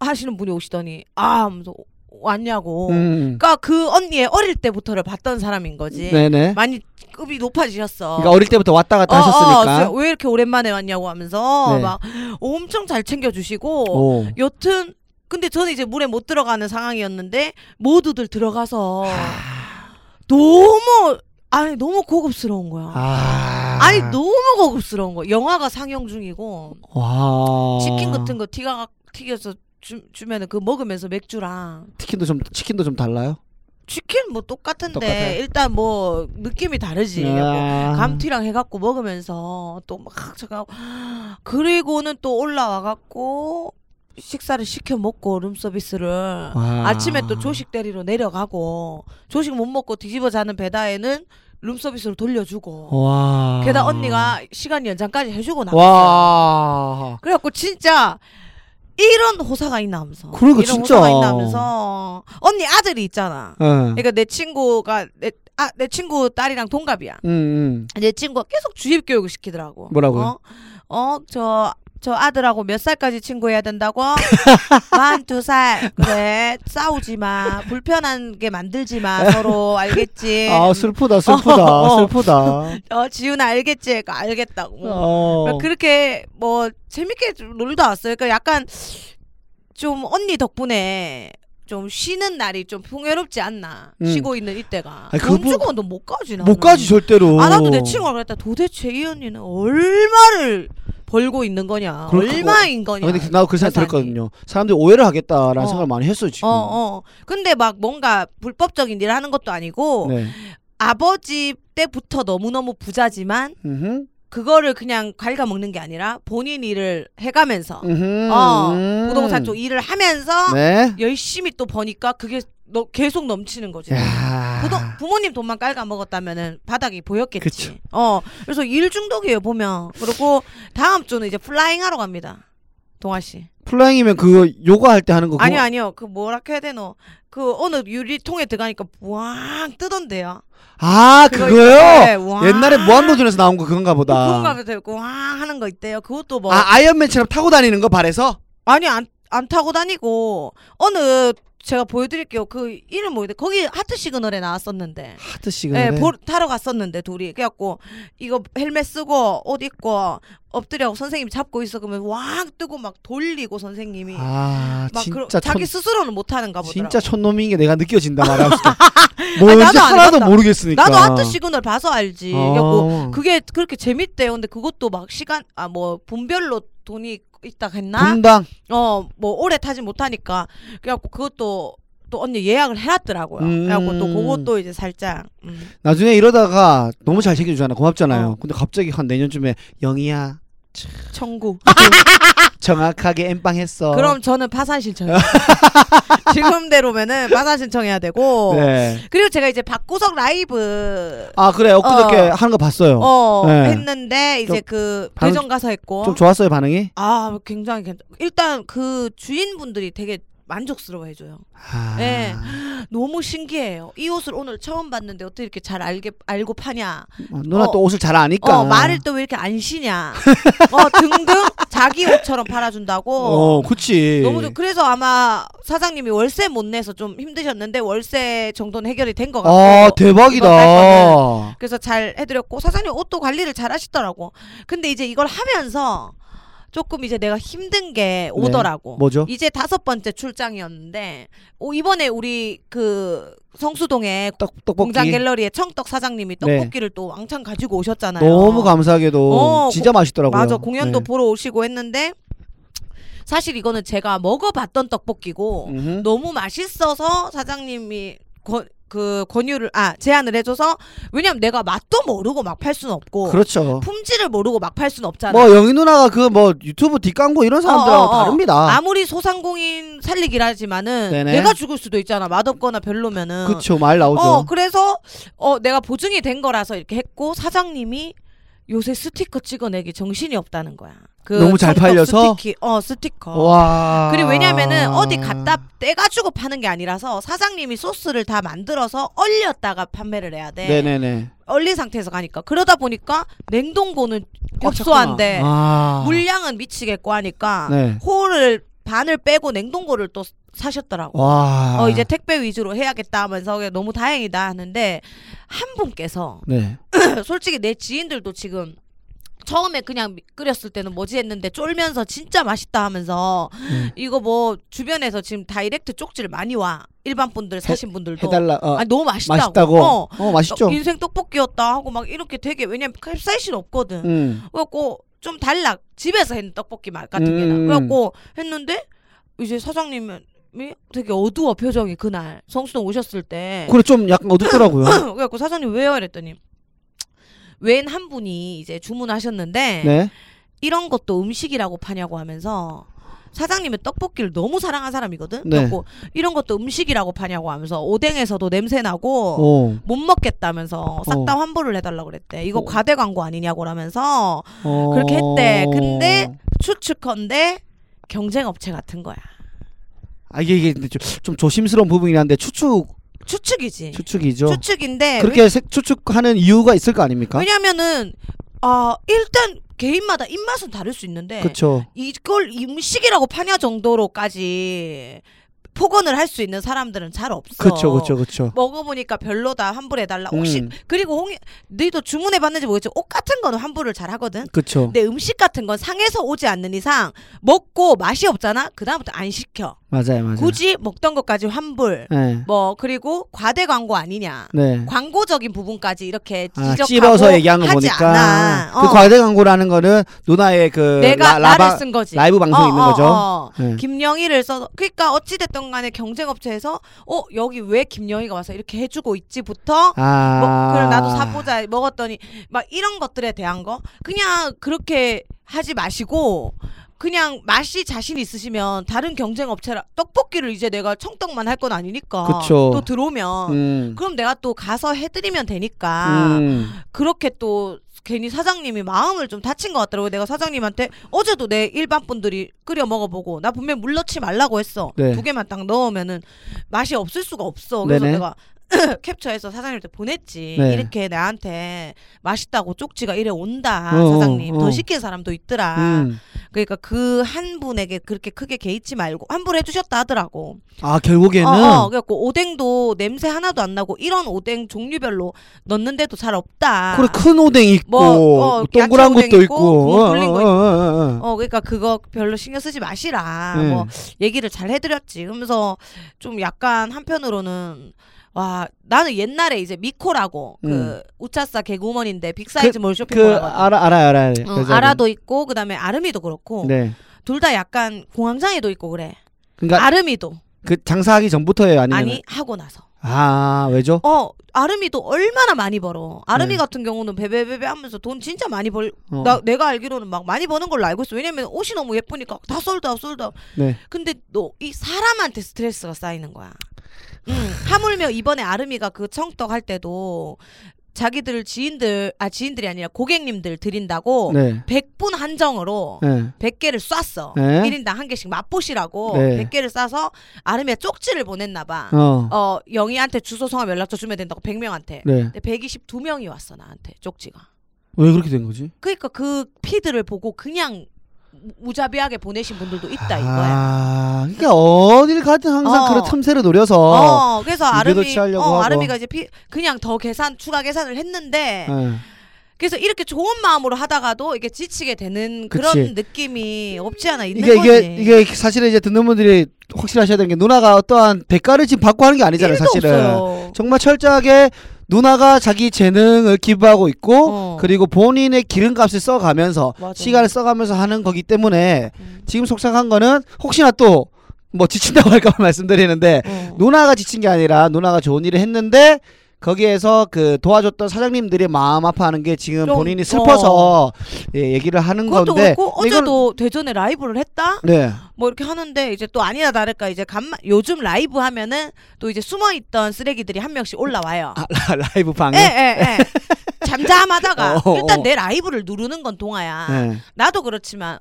Speaker 1: 하시는 분이 오시더니 아 하면서 왔냐고.
Speaker 2: 음.
Speaker 1: 그러니까 그 언니의 어릴 때부터를 봤던 사람인 거지.
Speaker 2: 네네.
Speaker 1: 많이 급이 높아지셨어.
Speaker 2: 그러니까 어릴 때부터 왔다 갔다
Speaker 1: 어,
Speaker 2: 하셨으니까.
Speaker 1: 어, 왜 이렇게 오랜만에 왔냐고 하면서
Speaker 2: 네.
Speaker 1: 막 엄청 잘 챙겨주시고
Speaker 2: 오.
Speaker 1: 여튼 근데 저는 이제 물에 못 들어가는 상황이었는데 모두들 들어가서 너무 아니 너무 고급스러운 거야.
Speaker 2: 아.
Speaker 1: 아니 너무 고급스러운 거. 영화가 상영 중이고
Speaker 2: 와.
Speaker 1: 치킨 같은 거 튀가 튀겨서 주, 주면은 그 먹으면서 맥주랑
Speaker 2: 치킨도 좀 치킨도 좀 달라요.
Speaker 1: 치킨 뭐 똑같은데
Speaker 2: 똑같아요? 아.
Speaker 1: 일단 뭐 느낌이 다르지. 약간
Speaker 2: 네.
Speaker 1: 감튀랑 해갖고 먹으면서 또 막 제가 그리고는 또 올라와갖고 식사를 시켜 먹고 룸 서비스를
Speaker 2: 와.
Speaker 1: 아침에 또 조식 대리로 내려가고 조식 못 먹고 뒤집어 자는 배다에는 룸 서비스로 돌려주고
Speaker 2: 와.
Speaker 1: 게다가 언니가 시간 연장까지 해주고 나왔어요.
Speaker 2: 와. 예.
Speaker 1: 그래갖고 진짜 이런 호사가 있나 하면서
Speaker 2: 그러니까
Speaker 1: 이런
Speaker 2: 진짜.
Speaker 1: 호사가 있나 하면서 언니 아들이 있잖아.
Speaker 2: 예.
Speaker 1: 그러니까 내 친구가 내, 아, 내 친구 딸이랑 동갑이야.
Speaker 2: 음, 음.
Speaker 1: 내 친구가 계속 주입 교육을 시키더라고.
Speaker 2: 뭐라고요?
Speaker 1: 어, 저, 저 아들하고 몇 살까지 친구해야
Speaker 2: *laughs*
Speaker 1: 된다고? 만두 살. 그래, 싸우지 마. 불편한 게 만들지 마. 서로 알겠지?
Speaker 2: 아 슬프다 슬프다
Speaker 1: 예. *laughs* 어, 어.
Speaker 2: 슬프다.
Speaker 1: 어, 지훈아 알겠지? 그러니까 알겠다고.
Speaker 2: 어.
Speaker 1: 그러니까 그렇게 뭐 재밌게 좀 놀다 왔어요. 그러니까 약간 좀 언니 덕분에 좀 쉬는 날이 좀 풍요롭지 않나.
Speaker 2: 음.
Speaker 1: 쉬고 있는 이때가.
Speaker 2: 아니,
Speaker 1: 돈
Speaker 2: 그분-
Speaker 1: 주고 너못 가지 나는.
Speaker 2: 못 가지 절대로.
Speaker 1: 아 나도 내 친구가 그랬다 도대체 이 언니는 얼마를 벌고 있는 거냐
Speaker 2: 그러니까
Speaker 1: 얼마인 거냐
Speaker 2: 아, 근데 나도 그 생각
Speaker 1: 재산이.
Speaker 2: 들었거든요. 사람들이 오해를 하겠다라는
Speaker 1: 어.
Speaker 2: 생각을 많이 했어요 지금.
Speaker 1: 어, 어. 근데 막 뭔가 불법적인 일을 하는 것도 아니고
Speaker 2: 음. 네.
Speaker 1: 아버지 때부터 너무너무 부자지만
Speaker 2: 음.
Speaker 1: 그거를 그냥 갉아먹는 게 아니라 본인 일을 해가면서
Speaker 2: 음.
Speaker 1: 어, 부동산 쪽 아! 일을 하면서
Speaker 2: 네.
Speaker 1: 열심히 또 버니까 그게 너, 계속 넘치는 거지
Speaker 2: 야.
Speaker 1: 부동, 부모님 돈만 깔아먹었다면은 바닥이 보였겠지.
Speaker 2: 그쵸.
Speaker 1: 어, 그래서 일 중독이에요 보면. 그리고 다음 주는 이제 플라잉 하러 갑니다. 동아 씨.
Speaker 2: 플라잉이면 그거 요가 할 때 하는 거. 그거-
Speaker 1: 아니요 아니요 그 뭐라 해야 되노? 그 어느 유리통에 들어가니까 왕 뜨던데요.
Speaker 2: 아
Speaker 1: 그거
Speaker 2: 그거요?
Speaker 1: 있- 네, 왕.
Speaker 2: 옛날에 무한도전에서 나온 거 그건가
Speaker 1: 뭐
Speaker 2: 보다.
Speaker 1: 그런 거 하면 되고 왕 하는 거 있대요. 그것도 뭐
Speaker 2: 아 아이언맨처럼 타고 다니는 거 발에서?
Speaker 1: 아니 안, 안 타고 다니고 어느 제가 보여드릴게요. 그 이름 모르겠는데 거기 하트 시그널에 나왔었는데.
Speaker 2: 하트
Speaker 1: 예,
Speaker 2: 시그널.
Speaker 1: 보, 타러 갔었는데 둘이 그래갖고 이거 헬멧 쓰고 옷 입고 엎드려 선생님 잡고 있어 그러면 왕 뜨고 막 돌리고 선생님이
Speaker 2: 아
Speaker 1: 막
Speaker 2: 진짜
Speaker 1: 그러,
Speaker 2: 촌,
Speaker 1: 자기 스스로는 못하는가 보더라.
Speaker 2: 진짜 촌놈인 게 내가 느껴진다
Speaker 1: *laughs*
Speaker 2: 말하면서. 뭔지
Speaker 1: 나도 안
Speaker 2: 하나도
Speaker 1: 해봤다.
Speaker 2: 모르겠으니까.
Speaker 1: 나도 하트 시그널 봐서 알지.
Speaker 2: 아.
Speaker 1: 그래갖고 그게 그렇게 재밌대요. 근데 그것도 막 시간 아 뭐 분별로 돈이 있다 했나?
Speaker 2: 분당.
Speaker 1: 어 뭐 오래 타지 못하니까 그래갖고 그것도 또 언니 예약을 해놨더라고요.
Speaker 2: 음.
Speaker 1: 그래갖고 또 그것도 이제 살짝 음.
Speaker 2: 나중에 이러다가 너무 잘 챙겨주잖아 고맙잖아요.
Speaker 1: 어.
Speaker 2: 근데 갑자기 한 내년쯤에 영희야
Speaker 1: *laughs* 청구.
Speaker 2: 정확하게 엠빵 했어.
Speaker 1: 그러니까. 그럼 저는 파산
Speaker 2: *laughs*
Speaker 1: 신청해요. 지금대로면은 파산 신청해야 되고.
Speaker 2: 네.
Speaker 1: 그리고 제가 이제 박구석 라이브
Speaker 2: 아 그래 엊그저께
Speaker 1: 어.
Speaker 2: 하는 거 봤어요.
Speaker 1: 어
Speaker 2: 네.
Speaker 1: 했는데 이제
Speaker 2: 좀
Speaker 1: 그
Speaker 2: 반응
Speaker 1: 대전 가서 했고.
Speaker 2: 좀 좋았어요 반응이?
Speaker 1: 아 굉장히 괜찮. 일단 그 주인분들이 되게 만족스러워 해줘요. *gasps*
Speaker 2: 아,
Speaker 1: 네. 너무 신기해요. 이 옷을 오늘 처음 봤는데 어떻게 이렇게 잘 알게 알고 파냐?
Speaker 2: 어, 누나
Speaker 1: 어.
Speaker 2: 또 옷을 잘 아니까.
Speaker 1: 어 말을 또 왜 이렇게 안 쉬냐? 어 등등 자기 옷처럼 팔아준다고.
Speaker 2: 어, 그치.
Speaker 1: 너무 좋. 그래서 아마 사장님이 월세 못 내서 좀 힘드셨는데 월세 정도는 해결이 된 것 같고.
Speaker 2: 아, 대박이다.
Speaker 1: 이번 달 그래서 잘 해드렸고 사장님 옷도 관리를 잘 하시더라고. 근데 이제 이걸 하면서 조금 이제 내가 힘든 게 오더라고.
Speaker 2: 네. 뭐죠?
Speaker 1: 이제 다섯 번째 출장이었는데 오, 이번에 우리 그 성수동에
Speaker 2: 떡, 떡볶이. 네.
Speaker 1: 공장 갤러리에 청떡 사장님이 떡볶이를 또 왕창 가지고 오셨잖아요.
Speaker 2: 너무 감사하게도
Speaker 1: 어,
Speaker 2: 진짜 맛있더라고요.
Speaker 1: 맞아 공연도
Speaker 2: 네.
Speaker 1: 보러 오시고 했는데 사실 이거는 제가 먹어봤던 떡볶이고
Speaker 2: 음흠.
Speaker 1: 너무 맛있어서 사장님이 권- 그 권유를 아 제안을 해줘서 왜냐면 내가 맛도 모르고 막 팔 수는 없고
Speaker 2: 그렇죠.
Speaker 1: 품질을 모르고 막 팔 수는 없잖아.
Speaker 2: 뭐 영희 누나가 그 뭐 유튜브 뒷광고 이런 사람들하고
Speaker 1: 어, 어, 어.
Speaker 2: 다릅니다.
Speaker 1: 아무리 소상공인 살리기라지만은
Speaker 2: 네네.
Speaker 1: 내가 죽을 수도 있잖아. 맛없거나 별로면은.
Speaker 2: 그쵸 말 나오죠.
Speaker 1: 어 그래서 어 내가 보증이 된 거라서 이렇게 했고 사장님이 요새 스티커 찍어내기 정신이 없다는 거야. 그
Speaker 2: 너무 잘
Speaker 1: 청떡
Speaker 2: 팔려서?
Speaker 1: 스티키, 어 스티커.
Speaker 2: 와.
Speaker 1: 그리고 왜냐면은 어디 갖다 떼가지고 파는 게 아니라서 사장님이 소스를 다 만들어서 얼렸다가 판매를 해야 돼.
Speaker 2: 네네네.
Speaker 1: 얼린 상태에서 가니까 그러다 보니까 냉동고는
Speaker 2: 꽉
Speaker 1: 협소한데
Speaker 2: 아.
Speaker 1: 물량은 미치겠고 하니까
Speaker 2: 네.
Speaker 1: 홀을 반을 빼고 냉동고를 또 사셨더라고.
Speaker 2: 와.
Speaker 1: 어 이제 택배 위주로 해야겠다 하면서 그냥 너무 다행이다 하는데 한 분께서 *clears throat*
Speaker 2: 네.
Speaker 1: 솔직히 내 지인들도 지금 처음에 그냥 끓였을 때는 뭐지 했는데 쫄면서 진짜 맛있다 하면서
Speaker 2: 네.
Speaker 1: 이거 뭐 주변에서 지금 다이렉트 쪽지를 많이 와 일반 분들 사신 분들도
Speaker 2: 해달라. 어,
Speaker 1: 아니 너무 맛있다고,
Speaker 2: 맛있다고.
Speaker 1: 어.
Speaker 2: 맛있죠.
Speaker 1: 어, 인생 떡볶이였다 하고 막 이렇게 되게 왜냐면 캡사이신 없거든
Speaker 2: 음.
Speaker 1: 그래갖고 좀 달라 집에서 했는 떡볶이 맛 같은 게 나.
Speaker 2: 음.
Speaker 1: 그래갖고 했는데 이제 사장님이 되게 어두워 표정이 그날 성수동 오셨을 때
Speaker 2: 그래 좀 약간
Speaker 1: *laughs*
Speaker 2: 어둡더라고요.
Speaker 1: *clears throat* 그래갖고 사장님 왜요 이랬더니 웬 한 분이 이제 주문하셨는데
Speaker 2: 네.
Speaker 1: 이런 것도 음식이라고 파냐고 하면서 사장님은 떡볶이를 너무 사랑한 사람이거든.
Speaker 2: 네.
Speaker 1: 그래갖고 이런 것도 음식이라고 파냐고 하면서 오뎅에서도 냄새 나고
Speaker 2: 어.
Speaker 1: 못 먹겠다면서 싹 다
Speaker 2: 어.
Speaker 1: 환불을 해달라 고 그랬대. 이거
Speaker 2: 어.
Speaker 1: 과대 광고 아니냐고 라면서
Speaker 2: 어.
Speaker 1: 그렇게 했대. 근데 추측컨대 경쟁 업체 같은 거야.
Speaker 2: 아 이게 이게 근데 좀, 좀 조심스러운 부분이긴 한데 추측
Speaker 1: 네. 추측이지.
Speaker 2: 추측이죠.
Speaker 1: 추측인데 네.
Speaker 2: 그렇게 색- 추측하는 이유가 있을 거 아닙니까?
Speaker 1: 왜냐면은 아 일단 개인마다 입맛은 다를 수 있는데
Speaker 2: 그렇죠.
Speaker 1: 이걸 음식이라고 파냐 정도로까지 폭언을 할 수 있는 사람들은 잘 없어.
Speaker 2: 그렇죠. 그렇죠. 그렇죠.
Speaker 1: 먹어보니까 별로다 환불해 달라.
Speaker 2: 음.
Speaker 1: 혹시 그리고 홍 너희도 주문해 봤는지 모르겠지. 옷 같은 거는 환불을 잘 하거든.
Speaker 2: 그렇죠.
Speaker 1: 근데 음식 같은 건 상에서 오지 않는 이상 먹고 맛이 없잖아. 그 다음부터 안 시켜.
Speaker 2: 맞아요. 맞아요.
Speaker 1: 굳이 먹던 것까지 환불.
Speaker 2: 네.
Speaker 1: 뭐 그리고 과대 광고 아니냐.
Speaker 2: 네.
Speaker 1: 광고적인 부분까지 이렇게
Speaker 2: 아,
Speaker 1: 지적하고
Speaker 2: 씹어서 얘기한 거
Speaker 1: 하지
Speaker 2: 보니까
Speaker 1: 않아.
Speaker 2: 그
Speaker 1: 어.
Speaker 2: 과대 광고라는 거는 누나의 그
Speaker 1: 내가
Speaker 2: 라,
Speaker 1: 나를
Speaker 2: 바
Speaker 1: 쓴 거지.
Speaker 2: 라이브 방송
Speaker 1: 어,
Speaker 2: 있는
Speaker 1: 어,
Speaker 2: 거죠.
Speaker 1: 어.
Speaker 2: 네.
Speaker 1: 김영희를 써서 그러니까 어찌 됐든 간에 경쟁 업체에서 어 여기 왜 김영희가 와서 이렇게 해주고 있지부터
Speaker 2: 아.
Speaker 1: 뭐, 그럼 나도 사보자 먹었더니 막 이런 것들에 대한 거 그냥 그렇게 하지 마시고 그냥 맛이 자신 있으시면 다른 경쟁 업체라 떡볶이를 이제 내가 청떡만 할 건 아니니까
Speaker 2: 그쵸.
Speaker 1: 또 들어오면
Speaker 2: 음.
Speaker 1: 그럼 내가 또 가서 해드리면 되니까
Speaker 2: 음.
Speaker 1: 그렇게 또 괜히 사장님이 마음을 좀 다친 것 같더라고. 내가 사장님한테 어제도 내 일반 분들이 끓여 먹어보고 나 분명 물 넣지 말라고 했어.
Speaker 2: 네.
Speaker 1: 두 개만 딱 넣으면은 맛이 없을 수가 없어. 그래서
Speaker 2: 네네.
Speaker 1: 내가 *clears throat* 캡처해서 사장님한테 보냈지.
Speaker 2: 네.
Speaker 1: 이렇게 나한테 맛있다고 쪽지가 이래 온다.
Speaker 2: 어,
Speaker 1: 사장님
Speaker 2: 어, 어.
Speaker 1: 더 시킨 사람도 있더라.
Speaker 2: 음.
Speaker 1: 그러니까 그 한 분에게 그렇게 크게 개의치 말고 환불해 주셨다 하더라고.
Speaker 2: 아 결국에는
Speaker 1: 어, 어, 그래갖고 오뎅도 냄새 하나도 안 나고 이런 오뎅 종류별로 넣는데도 잘 없다.
Speaker 2: 그래 큰 오뎅 있고
Speaker 1: 뭐, 어,
Speaker 2: 뭐 동그란
Speaker 1: 야채 오뎅
Speaker 2: 것도
Speaker 1: 있고,
Speaker 2: 있고
Speaker 1: 뭐 불린 거 있고.
Speaker 2: 어, 어, 어, 어, 어.
Speaker 1: 어, 그러니까 그거 별로 신경 쓰지 마시라.
Speaker 2: 네.
Speaker 1: 뭐 얘기를 잘 해드렸지. 그러면서 좀 약간 한편으로는 와 나는 옛날에 이제 미코라고 그
Speaker 2: 음.
Speaker 1: 우차사 개그우먼인데 빅사이즈 몰
Speaker 2: 그
Speaker 1: 쇼핑몰라고. 어,
Speaker 2: 알아 알아 알아 알아.
Speaker 1: 응, 아라도 있고 그다음에 아름이도 그렇고
Speaker 2: 네.
Speaker 1: 둘 다 약간 공황장애도 있고 그래.
Speaker 2: 그러니까
Speaker 1: 아름이도
Speaker 2: 그 장사하기 전부터예요, 아니면
Speaker 1: 아니 하고 나서.
Speaker 2: 아 왜죠?
Speaker 1: 어 아름이도 얼마나 많이 벌어 아름이
Speaker 2: 네.
Speaker 1: 같은 경우는 베베베베 하면서 돈 진짜 많이 벌
Speaker 2: 어.
Speaker 1: 나, 내가 알기로는 막 많이 버는 걸로 알고 있어 왜냐면 옷이 너무 예쁘니까 다 솔드아웃 솔드아웃
Speaker 2: 네.
Speaker 1: 근데 너 이 사람한테 스트레스가 쌓이는 거야 음, 하물며 이번에 아름이가 그 청떡 할 때도 자기들 지인들 아 지인들이 아니라 고객님들 드린다고
Speaker 2: 네.
Speaker 1: 100분 한정으로
Speaker 2: 네.
Speaker 1: 100개를 쐈어.
Speaker 2: 네.
Speaker 1: 1인당 한 개씩 맛보시라고
Speaker 2: 네.
Speaker 1: 100개를 싸서 아름이가 쪽지를 보냈나 봐. 어.
Speaker 2: 어.
Speaker 1: 영희한테 주소 성함 연락처 주면 된다고 100명한테.
Speaker 2: 네.
Speaker 1: 근데 122명이 왔어 나한테 쪽지가.
Speaker 2: 왜 그렇게 된 거지?
Speaker 1: 그러니까 그 피드를 보고 그냥 무- 무자비하게 보내신 분들도 있다 이거야.
Speaker 2: 아, 그러니까 어딜 가든 항상
Speaker 1: 어.
Speaker 2: 그런 틈새를 노려서.
Speaker 1: 어, 그래서
Speaker 2: 이득을
Speaker 1: 아름이
Speaker 2: 취하려고
Speaker 1: 어,
Speaker 2: 하고.
Speaker 1: 아름이가 이제 피, 그냥 더 계산 추가 계산을 했는데
Speaker 2: 예.
Speaker 1: 그래서 이렇게 좋은 마음으로 하다가도 이게 지치게 되는 그런
Speaker 2: 그치.
Speaker 1: 느낌이 없지 않아 있는
Speaker 2: 이게
Speaker 1: 거지.
Speaker 2: 이게 이게 사실은 이제 듣는 분들이 확실하셔야 되는 게 누나가 어떠한 대가를 지금 받고 하는 게 아니잖아요,
Speaker 1: 일도
Speaker 2: 사실은.
Speaker 1: 없어요.
Speaker 2: 정말 철저하게 누나가 자기 재능을 기부하고 있고
Speaker 1: 어.
Speaker 2: 그리고 본인의 기름값을 써가면서
Speaker 1: 맞아.
Speaker 2: 시간을 써가면서 하는 거기 때문에
Speaker 1: 음.
Speaker 2: 지금 속상한 거는 혹시나 또 뭐 지친다고 할까 봐 *laughs* 말씀드리는데
Speaker 1: 어.
Speaker 2: 누나가 지친 게 아니라 누나가 좋은 일을 했는데 거기에서 그 도와줬던 사장님들이 마음 아파하는 게 지금
Speaker 1: 좀, 어.
Speaker 2: 본인이 슬퍼서 예, 얘기를 하는
Speaker 1: 그것도
Speaker 2: 건데
Speaker 1: 그렇고
Speaker 2: 근데 이건-
Speaker 1: 어제도 대전에 라이브를 했다
Speaker 2: 네
Speaker 1: 뭐 이렇게 하는데 이제 또 아니나 다를까 이제 간만 요즘 라이브 하면은 또 이제 숨어 있던 쓰레기들이 한 명씩 올라와요.
Speaker 2: 아, 라- 라이브 방에
Speaker 1: 예예예.
Speaker 2: *laughs*
Speaker 1: 잠잠하다가
Speaker 2: 어, 어,
Speaker 1: 일단
Speaker 2: 어.
Speaker 1: 내 라이브를 누르는 건 동아야.
Speaker 2: 네.
Speaker 1: 나도 그렇지만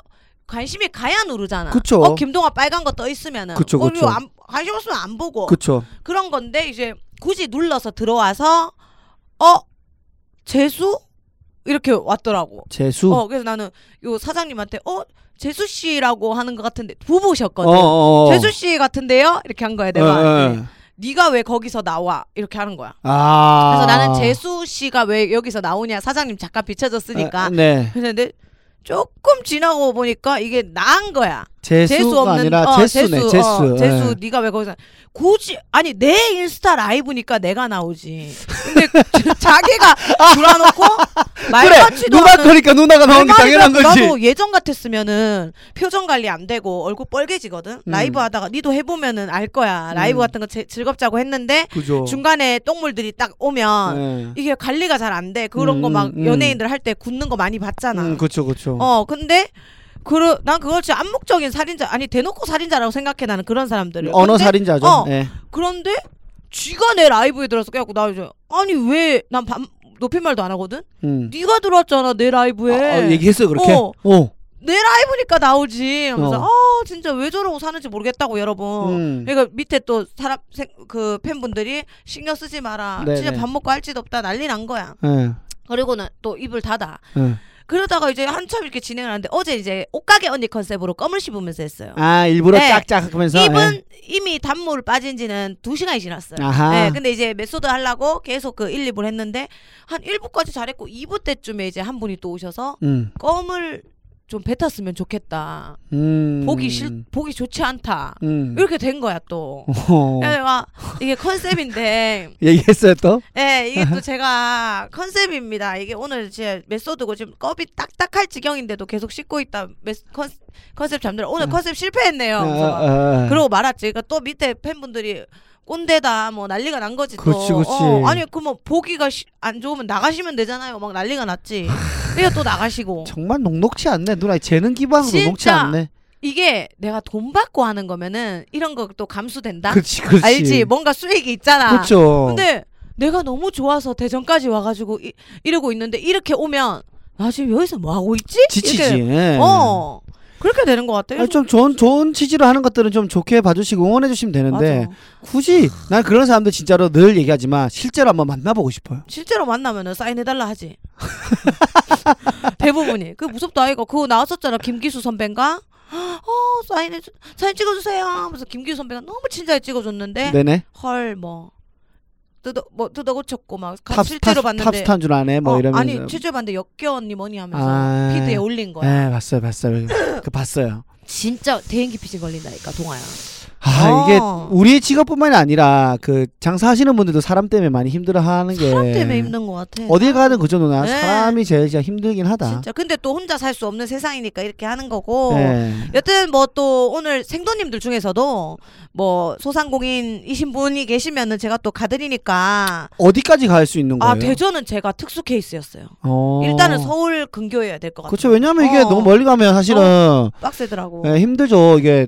Speaker 1: 관심이 가야 누르잖아.
Speaker 2: 그쵸.
Speaker 1: 어 김동아 빨간 거 떠 있으면은
Speaker 2: 그쵸,
Speaker 1: 어,
Speaker 2: 그쵸.
Speaker 1: 이거 안, 관심 없으면 안 보고
Speaker 2: 그쵸
Speaker 1: 그런 건데 이제 굳이 눌러서 들어와서 어 재수 이렇게 왔더라고.
Speaker 2: 재수
Speaker 1: 어 그래서 나는 요 사장님한테 어 재수 씨라고 하는 것 같은데 부부셨거든.
Speaker 2: 어,
Speaker 1: 네. 재수 씨 같은데요? 이렇게 한 거야 내가.
Speaker 2: 예, 예.
Speaker 1: 네가 왜 거기서 나와? 이렇게 하는 거야.
Speaker 2: 아
Speaker 1: 그래서 나는 재수 씨가 왜 여기서 나오냐 사장님 잠깐 비춰졌으니까.
Speaker 2: 아, 네
Speaker 1: 근데 조금 지나고 보니까 이게 나은 거야.
Speaker 2: 재수가
Speaker 1: 재수 없는
Speaker 2: 아니라
Speaker 1: 어,
Speaker 2: 재수네
Speaker 1: 재수,
Speaker 2: 재수
Speaker 1: 어, 재수
Speaker 2: 예.
Speaker 1: 네가 왜 거기서 굳이 아니 내 인스타 라이브니까 내가 나오지.
Speaker 2: *laughs*
Speaker 1: 근데 자기가 돌아놓고 말
Speaker 2: 그래
Speaker 1: 같지도
Speaker 2: 누나
Speaker 1: 않은
Speaker 2: 거니까 누나가 나온 게
Speaker 1: 내 말이
Speaker 2: 어, 당연한
Speaker 1: 그렇고
Speaker 2: 거지
Speaker 1: 나도 예전 같았으면은 표정 관리 안 되고 얼굴 뻘개지거든. 라이브 하다가 니도 해보면은 알 거야. 라이브
Speaker 2: 음. 어.
Speaker 1: 같은 거 제- 즐겁자고 했는데
Speaker 2: 그죠
Speaker 1: 중간에 똥물들이 딱 오면
Speaker 2: 예.
Speaker 1: 이게 관리가 잘 안 돼. 그런
Speaker 2: 음,
Speaker 1: 거 막
Speaker 2: 음.
Speaker 1: 연예인들 할 때 굳는 거 많이 봤잖아.
Speaker 2: 음, 그쵸 그쵸
Speaker 1: 어, 근데 그러 난 그걸 진짜 암묵적인 살인자 아니 대놓고 살인자라고 생각해 나는 그런 사람들을.
Speaker 2: 언어
Speaker 1: 근데-
Speaker 2: 살인자죠
Speaker 1: 어,
Speaker 2: 예.
Speaker 1: 그런데 쥐가 내 라이브에 들어서 깨갖고 나 이제 아니 왜 난 밤 높임말도 안 하거든.
Speaker 2: 음.
Speaker 1: 네가 들어왔잖아 내 라이브에.
Speaker 2: 아, 아, 얘기했어요 그렇게
Speaker 1: 어.
Speaker 2: 오.
Speaker 1: 내 라이브니까 나오지. 하면서
Speaker 2: 어.
Speaker 1: 아 진짜 왜 저러고 사는지 모르겠다고 여러분.
Speaker 2: 음.
Speaker 1: 그러니까 밑에 또 사람 생- 그 팬분들이 신경 쓰지 마라.
Speaker 2: 네네.
Speaker 1: 진짜 밥 먹고 할 짓 없다 난리 난 거야.
Speaker 2: 예,
Speaker 1: 그리고는 또 입을 닫아.
Speaker 2: 예.
Speaker 1: 그러다가 이제 한참 이렇게 진행을 하는데 어제 이제 옷가게 언니 컨셉으로 껌을 씹으면서 했어요.
Speaker 2: 아 일부러
Speaker 1: 네.
Speaker 2: 짝짝 하면서
Speaker 1: 입은 이미 단물 빠진 지는 두 시간이 지났어요.
Speaker 2: 예. 아하
Speaker 1: 네, 근데 이제 메소드 하려고 계속 그 1, 2부를 했는데 한 1부까지 잘했고 2부 때쯤에 이제 한 분이 또 오셔서
Speaker 2: 음.
Speaker 1: 껌을 좀 뱉었으면 좋겠다.
Speaker 2: 음.
Speaker 1: 보기 싫, 보기 좋지 않다.
Speaker 2: 음.
Speaker 1: 이렇게 된 거야 또.
Speaker 2: *laughs* 어.
Speaker 1: 그래서 내가 이게
Speaker 2: *laughs*
Speaker 1: 컨셉인데,
Speaker 2: 얘기했어요 또?
Speaker 1: 예, 이게 또 제가 컨셉입니다. 이게 오늘 제 메소드고 지금 껍이 딱딱할 지경인데도 계속 씻고 있다. 메, 컨, 컨셉 잠들어. 오늘 컨셉 실패했네요. 그래서 막
Speaker 2: 어, 어.
Speaker 1: 그러고 말았지. 그러니까 또 밑에 팬분들이 꼰대다 뭐 난리가 난 거지 또.
Speaker 2: 그치, 그치.
Speaker 1: 어, 아니 그뭐 보기가 시- 안 좋으면 나가시면 되잖아요. 막 난리가 났지. 그래서 또
Speaker 2: *laughs*
Speaker 1: 나가시고
Speaker 2: 정말 녹록치 않네 누나 재능 기반으로
Speaker 1: 진짜.
Speaker 2: 녹록치 않네
Speaker 1: 이게 내가 돈 받고 하는 거면은 이런 거 또 감수된다.
Speaker 2: 그렇지 그렇지
Speaker 1: 알지? 뭔가 수익이 있잖아.
Speaker 2: 그렇죠
Speaker 1: 근데 내가 너무 좋아서 대전까지 와가지고 이, 이러고 있는데 이렇게 오면 나 지금 여기서 뭐 하고 있지?
Speaker 2: 지치지 그렇죠.
Speaker 1: 이렇게,
Speaker 2: 예.
Speaker 1: 어 그렇게 되는 것 같아요.
Speaker 2: 아니, 좀 좋은 좋은 취지로 하는 것들은 좀 좋게 봐주시고 응원해 주시면 되는데
Speaker 1: 맞아.
Speaker 2: 굳이 난 그런 사람들 진짜로 늘 얘기하지만 실제로 한번 만나보고 싶어요.
Speaker 1: 실제로 만나면은 사인해달라 하지. *laughs* 대부분이 그 무섭다 이거 그거 나왔었잖아 김기수 선배인가? 어 사인해 주- 사인 찍어주세요. 하면서 김기수 선배가 너무 친절히 찍어줬는데
Speaker 2: 네네.
Speaker 1: 헐 뭐 뜯어 뭐 뜯어 고쳤고 막 가-
Speaker 2: 탑,
Speaker 1: 실제로
Speaker 2: 탑,
Speaker 1: 봤는데
Speaker 2: 탑스타인 줄 아네 뭐
Speaker 1: 어,
Speaker 2: 이러면서.
Speaker 1: 아니 실제로 봤는데 역겨언니 뭐니 하면서
Speaker 2: 아.
Speaker 1: 피드에 올린 거야.
Speaker 2: 예, 봤어요, 봤어요.
Speaker 1: *laughs*
Speaker 2: 그 봤어요.
Speaker 1: 진짜 대행기 피진 걸린다니까 동아야.
Speaker 2: 아
Speaker 1: 어.
Speaker 2: 이게 우리의 직업뿐만이 아니라 그 장사하시는 분들도 사람 때문에 많이 힘들어하는 게
Speaker 1: 사람 때문에 힘든 것 같아.
Speaker 2: 어딜 가든 그죠 누나
Speaker 1: 네.
Speaker 2: 사람이 제일 진짜 힘들긴 하다.
Speaker 1: 진짜 근데 또 혼자 살 수 없는 세상이니까 이렇게 하는 거고.
Speaker 2: 네.
Speaker 1: 여튼 뭐 또 오늘 생도님들 중에서도 뭐 소상공인이신 분이 계시면은 제가 또 가드리니까
Speaker 2: 어디까지 갈 수 있는 거예요?
Speaker 1: 아 대전은 제가 특수 케이스였어요.
Speaker 2: 어. 그
Speaker 1: 일단은 서울 근교여야 될 것 같아요.
Speaker 2: 그렇죠. 왜냐면 이게
Speaker 1: 어.
Speaker 2: 너무 멀리 가면 사실은
Speaker 1: 빡세더라고.
Speaker 2: 예, 힘들죠. 이게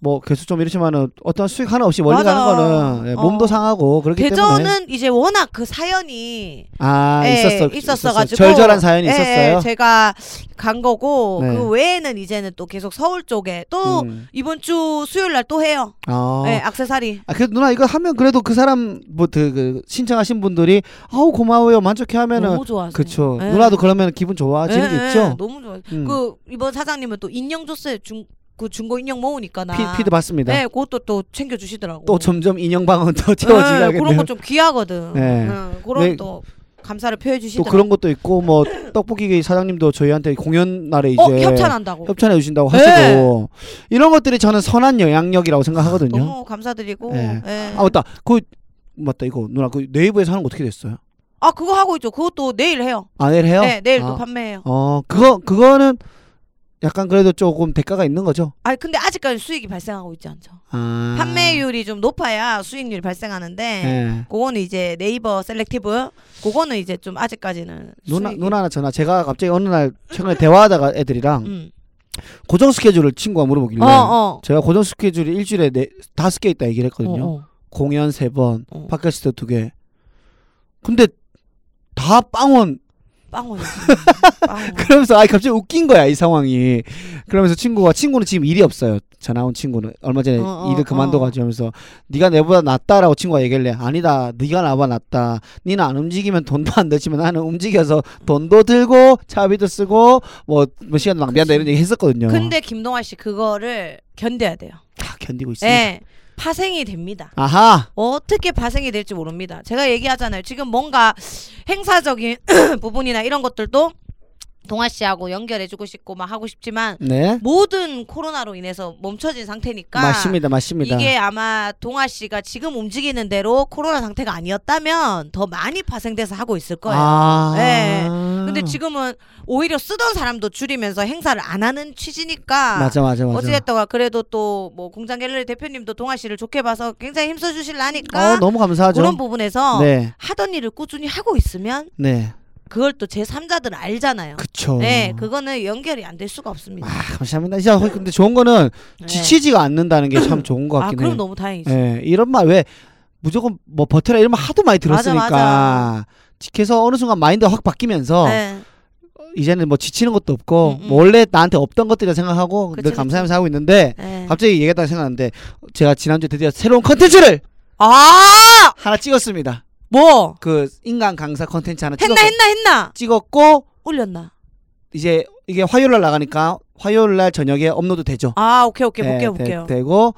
Speaker 2: 뭐 개수 좀 이렇지만은 어떤 수익 하나 없이 멀리
Speaker 1: 맞아.
Speaker 2: 가는 거는 예,
Speaker 1: 어.
Speaker 2: 몸도 상하고 그렇기
Speaker 1: 대전은
Speaker 2: 때문에
Speaker 1: 이제 워낙 그 사연이
Speaker 2: 아
Speaker 1: 예,
Speaker 2: 있었어
Speaker 1: 있었어가지고
Speaker 2: 절절한 사연이
Speaker 1: 예,
Speaker 2: 있었어요.
Speaker 1: 예, 제가 간 거고
Speaker 2: 네.
Speaker 1: 그 외에는 이제는 또 계속 서울 쪽에 또
Speaker 2: 음.
Speaker 1: 이번 주 수요일 날 또 해요.
Speaker 2: 어.
Speaker 1: 예, 악세사리.
Speaker 2: 아, 그래도 누나 이거 하면 그래도 그 사람 뭐그 그 신청하신 분들이 아우 고마워요 만족해 하면은
Speaker 1: 너무 좋아하세요.
Speaker 2: 그쵸
Speaker 1: 예.
Speaker 2: 누나도 그러면 기분
Speaker 1: 예,
Speaker 2: 좋아지는 게
Speaker 1: 예,
Speaker 2: 있죠.
Speaker 1: 너무 좋아.
Speaker 2: 음.
Speaker 1: 그 이번 사장님은 또 인형 줬어요. 중 그 중고 인형 모으니까 나.
Speaker 2: 피, 피드 받습니다.
Speaker 1: 네, 그것도 또 챙겨 주시더라고.
Speaker 2: 또 점점 인형 방은 더
Speaker 1: 예, 그런
Speaker 2: 채워지려겠네요.
Speaker 1: 거 예. 좀 귀하거든.
Speaker 2: 네.
Speaker 1: 응, 그런
Speaker 2: 네.
Speaker 1: 또 감사를 표해
Speaker 2: 또
Speaker 1: 주시더라고.
Speaker 2: 그런 것도 있고 뭐 떡볶이 사장님도 저희한테 공연 날에 이제
Speaker 1: 어, 협찬한다고.
Speaker 2: 협찬해 주신다고
Speaker 1: 네.
Speaker 2: 하시고 이런 것들이 저는 선한 영향력이라고 생각하거든요.
Speaker 1: 너무 감사드리고.
Speaker 2: 네.
Speaker 1: 예.
Speaker 2: 아 맞다 그 맞다 이거 누나 그 네이버에서 하는 거 어떻게 됐어요?
Speaker 1: 아 그거 하고 있죠. 그것도 내일 해요.
Speaker 2: 아 내일 해요?
Speaker 1: 네, 내일
Speaker 2: 아,
Speaker 1: 또 판매해요.
Speaker 2: 어 그거 그거는 약간 그래도 조금 대가가 있는 거죠.
Speaker 1: 아니 근데 아직까지 수익이 발생하고 있지 않죠.
Speaker 2: 아.
Speaker 1: 판매율이 좀 높아야 수익률이 발생하는데
Speaker 2: 예.
Speaker 1: 그거는 이제 네이버 셀렉티브 그거는 이제 좀 아직까지는
Speaker 2: 누나
Speaker 1: 수익이-
Speaker 2: 누나나 저나 제가 갑자기 어느 날 최근에 대화하다가 애들이랑
Speaker 1: 음.
Speaker 2: 고정 스케줄을 친구가 물어보길래
Speaker 1: 어, 어.
Speaker 2: 제가 고정 스케줄이 일주일에 네, 다섯 개 있다 얘기를 했거든요.
Speaker 1: 어, 어.
Speaker 2: 공연 세 번,
Speaker 1: 어.
Speaker 2: 팟캐스트 두 개. 근데 다 빵원 *laughs*
Speaker 1: 빵원. 빵원.
Speaker 2: 그러면서 아 갑자기 웃긴 거야 이 상황이 그러면서 친구가 친구는 지금 일이 없어요 전화 온 친구는 얼마 전에
Speaker 1: 어, 어,
Speaker 2: 일을 그만둬가지고 하면서 네가 내보다 낫다라고 친구가 얘기할래 아니다 네가 나보다 낫다 니는 안 움직이면 돈도 안 되지만 나는 움직여서 돈도 들고 차비도 쓰고 뭐, 뭐 시간도 낭비한다 이런 얘기 했었거든요
Speaker 1: 근데 김동완 씨 그거를 견뎌야 돼요.
Speaker 2: 다 견디고
Speaker 1: 예.
Speaker 2: 있습니다
Speaker 1: 파생이 됩니다.
Speaker 2: 아하
Speaker 1: 어떻게 파생이 될지 모릅니다. 제가 얘기하잖아요. 지금 뭔가 행사적인 *clears throat* 부분이나 이런 것들도 동아 씨하고 연결해주고 싶고 막 하고 싶지만
Speaker 2: 네
Speaker 1: 모든 코로나로 인해서 멈춰진 상태니까
Speaker 2: 맞습니다 맞습니다
Speaker 1: 그러니까 이게 아마 동아 씨가 지금 움직이는 대로 코로나 상태가 아니었다면 더 많이 파생돼서 하고 있을 거예요.
Speaker 2: 아
Speaker 1: 예. 근데 지금은 오히려 쓰던 사람도 줄이면서 행사를 안 하는 취지니까
Speaker 2: 맞아 맞아 맞아
Speaker 1: 어찌됐다가 그래도 또 뭐 공장 갤러리 대표님도 동아 씨를 좋게 봐서 굉장히 힘써 주실라니까
Speaker 2: 어 너무 감사하죠
Speaker 1: 그런 뭐 부분에서
Speaker 2: 네
Speaker 1: 하던 일을 꾸준히 하고 있으면
Speaker 2: 네.
Speaker 1: 그걸 또 제 3자들은 알잖아요.
Speaker 2: 그쵸
Speaker 1: 네, 그거는 연결이 안 될 수가 없습니다.
Speaker 2: 아, 감사합니다. 진짜 거- 근데 좋은 거는
Speaker 1: 네.
Speaker 2: 지치지가 않는다는 게 참 좋은 것
Speaker 1: 아,
Speaker 2: 같긴
Speaker 1: 그럼
Speaker 2: 해요.
Speaker 1: 너무 다행이지.
Speaker 2: 예, 이런 말 왜 무조건 뭐 버텨라 이런 말 하도 많이
Speaker 1: 맞아,
Speaker 2: 들었으니까
Speaker 1: 맞아.
Speaker 2: 지켜서 어느 순간 마인드가 확 바뀌면서
Speaker 1: 네.
Speaker 2: 이제는 뭐 지치는 것도 없고
Speaker 1: 음, 음.
Speaker 2: 뭐 원래 나한테 없던 것들이라 생각하고
Speaker 1: 그치,
Speaker 2: 늘
Speaker 1: 그치.
Speaker 2: 감사하면서 하고 있는데
Speaker 1: 네.
Speaker 2: 갑자기 얘기했다가 생각났는데 제가 지난주에 드디어 새로운 컨텐츠를
Speaker 1: 아!
Speaker 2: 하나 찍었습니다.
Speaker 1: 뭐?
Speaker 2: 그 인간 강사 컨텐츠 하나
Speaker 1: 했나
Speaker 2: 찍었-
Speaker 1: 했나 했나?
Speaker 2: 찍었고
Speaker 1: 올렸나?
Speaker 2: 이제 이게 화요일 날 나가니까 화요일 날 저녁에 업로드 되죠.
Speaker 1: 아, 오케이 오케이
Speaker 2: 네,
Speaker 1: 볼게요
Speaker 2: 되-
Speaker 1: 볼게요.
Speaker 2: 되고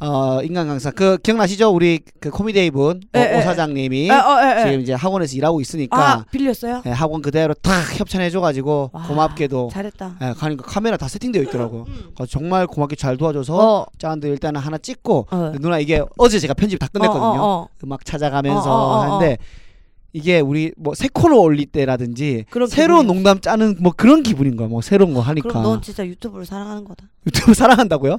Speaker 2: 어 인간 강사 그 기억나시죠? 우리 그 코미디이 분
Speaker 1: 예,
Speaker 2: 오-
Speaker 1: 예,
Speaker 2: 오
Speaker 1: 예.
Speaker 2: 사장님이
Speaker 1: 아, 어, 예, 예.
Speaker 2: 지금 이제 학원에서 일하고 있으니까
Speaker 1: 아, 빌렸어요?
Speaker 2: 예, 학원 그대로 탁 협찬해줘가지고
Speaker 1: 와,
Speaker 2: 고맙게도
Speaker 1: 잘했다.
Speaker 2: 예, 가니까 카메라 다 세팅되어 있더라고. 그래서 정말 고맙게 잘 도와줘서
Speaker 1: 음. 어.
Speaker 2: 짠데 일단은 하나 찍고
Speaker 1: 어.
Speaker 2: 근데 누나 이게 어제 제가 편집 다 끝냈거든요.
Speaker 1: 어, 어, 어.
Speaker 2: 음악 찾아가면서
Speaker 1: 어, 어, 어, 어.
Speaker 2: 하는데 이게 우리 뭐 새 코너 올릴 때라든지
Speaker 1: 그런
Speaker 2: 새로운
Speaker 1: 기분이었어.
Speaker 2: 농담 짜는 뭐 그런 기분인 거야. 뭐 새로운 거 하니까
Speaker 1: 그럼 넌 진짜 유튜브를 사랑하는 거다.
Speaker 2: 유튜브 사랑한다고요?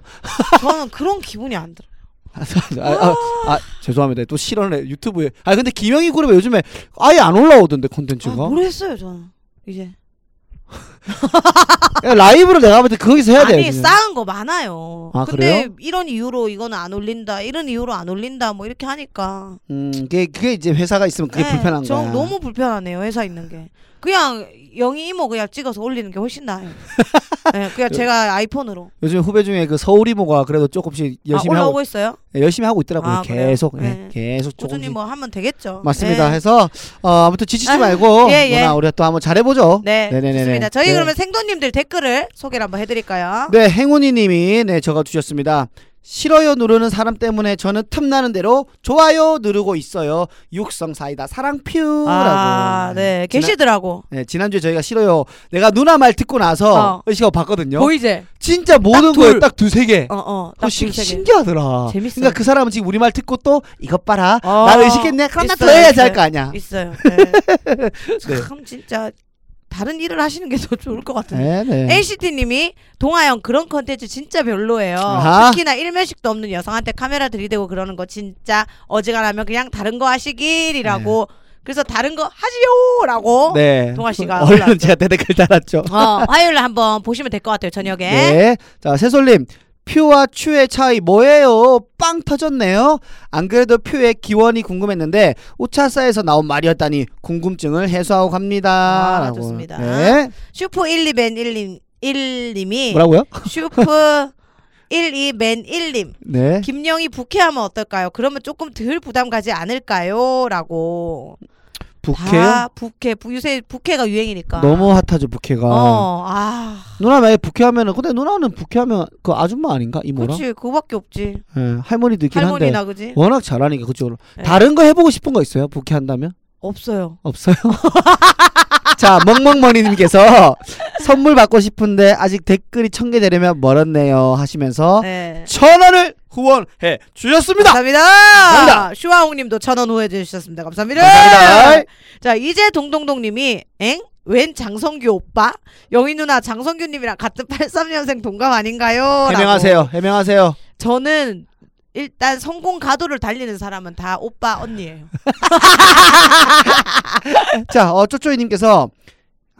Speaker 1: 저는 그런 기분이 안 들어.
Speaker 2: 아, 아, 아, 아, 죄송합니다. 또 실언해 유튜브에. 아 근데 김영희 그룹에 요즘에 아예 안 올라오던데
Speaker 1: 아,
Speaker 2: 컨텐츠가.
Speaker 1: 모르겠어요 저는 이제.
Speaker 2: 야, 예, 라이브를 내가 볼 때 거기서 해야 돼.
Speaker 1: 아니 쌓은 거 많아요.
Speaker 2: 아,
Speaker 1: 근데
Speaker 2: 그래요?
Speaker 1: 이런 이유로 이거는 안 올린다, 이런 이유로 안 올린다, 뭐 이렇게 하니까
Speaker 2: 음, 그게, 그게 이제 회사가 있으면 그게
Speaker 1: 네,
Speaker 2: 불편한
Speaker 1: 저
Speaker 2: 거야.
Speaker 1: 너무 불편하네요 회사 있는 게. 그냥 영희 이모 그냥 찍어서 올리는 게 훨씬
Speaker 2: *laughs*
Speaker 1: 나아요. 네, 그냥 제가 아이폰으로
Speaker 2: 요즘 후배 중에 그 서울 이모가 그래도 조금씩 열심히
Speaker 1: 아,
Speaker 2: 하고
Speaker 1: 올라오고 있어요.
Speaker 2: 예, 열심히 하고 있더라고요.
Speaker 1: 아, 그래요?
Speaker 2: 계속 예,
Speaker 1: 네.
Speaker 2: 계속
Speaker 1: 꾸준히
Speaker 2: 조금씩.
Speaker 1: 뭐 하면 되겠죠.
Speaker 2: 맞습니다.
Speaker 1: 네.
Speaker 2: 해서 어, 아무튼 지치지
Speaker 1: 아,
Speaker 2: 말고
Speaker 1: 예, 예.
Speaker 2: 누나 우리가 또 한번 잘해보죠.
Speaker 1: 네,
Speaker 2: 네네네네.
Speaker 1: 좋습니다. 저희
Speaker 2: 네.
Speaker 1: 그러면 생도님들 댓글을 소개를 한번 해드릴까요?
Speaker 2: 네, 행운이님이 네 저가 주셨습니다. 싫어요 누르는 사람 때문에 저는 틈나는 대로 좋아요 누르고 있어요. 육성 사이다 사랑퓨라고.
Speaker 1: 아, 네, 계시더라고.
Speaker 2: 지난, 네, 지난주에 저희가 싫어요. 내가 누나 말 듣고 나서
Speaker 1: 어.
Speaker 2: 의식하고 봤거든요. 네.
Speaker 1: 보이제.
Speaker 2: 진짜 모든
Speaker 1: 둘.
Speaker 2: 거에 딱 두세 개.
Speaker 1: 어, 어.
Speaker 2: 그거
Speaker 1: 딱
Speaker 2: 신-
Speaker 1: 둘, 세 개.
Speaker 2: 신기하더라.
Speaker 1: 재밌어요.
Speaker 2: 그러니까 그 사람은 지금 우리 말 듣고 또 이것 봐라.
Speaker 1: 어.
Speaker 2: 나를 의식했네. 그럼 나더
Speaker 1: 있어요,
Speaker 2: 해야지
Speaker 1: 있어요.
Speaker 2: 할 거 아니야. *laughs*
Speaker 1: 있어요. 네.
Speaker 2: 네.
Speaker 1: 참 진짜 다른 일을 하시는 게 더 좋을 것 같은데.
Speaker 2: 네, 네.
Speaker 1: NCT님이 동아형 그런 컨텐츠 진짜 별로예요.
Speaker 2: 아하.
Speaker 1: 특히나 일면식도 없는 여성한테 카메라 들이대고 그러는 거 진짜 어지간하면 그냥 다른 거 하시길이라고. 그래서 다른 거 하지요라고.
Speaker 2: 네.
Speaker 1: 어? 동아 씨가 올라왔죠.
Speaker 2: 얼른 제가 대댓글 달았죠.
Speaker 1: 어, 화요일 날 한번 보시면 될 것 같아요 저녁에.
Speaker 2: 네. 자, 새솔님. 퓨와 추의 차이 뭐예요? 빵 터졌네요. 안 그래도 퓨의 기원이 궁금했는데 우차사에서 나온 말이었다니 궁금증을 해소하고 갑니다.
Speaker 1: 아,
Speaker 2: 라고.
Speaker 1: 좋습니다.
Speaker 2: 네.
Speaker 1: 슈퍼 1 2맨 1님 1님이
Speaker 2: 뭐라고요?
Speaker 1: 슈퍼 1 2맨 1님
Speaker 2: 네.
Speaker 1: 김영희 부캐하면 어떨까요? 그러면 조금 덜 부담 가지 않을까요? 라고
Speaker 2: 부캐요?
Speaker 1: 다 부캐 부- 요새 부캐가 유행이니까
Speaker 2: 너무 핫하죠 부캐가.
Speaker 1: 어, 아,
Speaker 2: 누나 만약에 부캐하면은 근데 누나는 부캐하면 그 아줌마 아닌가 이모랑?
Speaker 1: 그렇지 그거밖에 없지
Speaker 2: 예, 할머니도 있긴 한데 어?
Speaker 1: 할머니나 그지
Speaker 2: 워낙 잘하니까 그쪽으로.
Speaker 1: 네.
Speaker 2: 다른 거 해보고 싶은 거 있어요? 부캐한다면?
Speaker 1: 없어요.
Speaker 2: 없어요. *laughs* 자, 멍멍머니님께서 선물 받고 싶은데 아직 댓글이 천 개 되려면 멀었네요 하시면서
Speaker 1: 네.
Speaker 2: 천 원을 후원해 주셨습니다.
Speaker 1: 감사합니다.
Speaker 2: 감사합니다.
Speaker 1: 슈아홍님도 천원 후해 주셨습니다. 감사합니다.
Speaker 2: 감사합니다.
Speaker 1: 자 이제 동동동님이 엥? 웬 장성규 오빠? 영희 누나 장성규님이랑 같은 83년생 동갑 아닌가요? 라고.
Speaker 2: 해명하세요. 해명하세요.
Speaker 1: 저는 일단 성공 가도를 달리는 사람은 다 오빠
Speaker 2: *laughs*
Speaker 1: 언니예요.
Speaker 2: 자, 어, 쪼쪼이님께서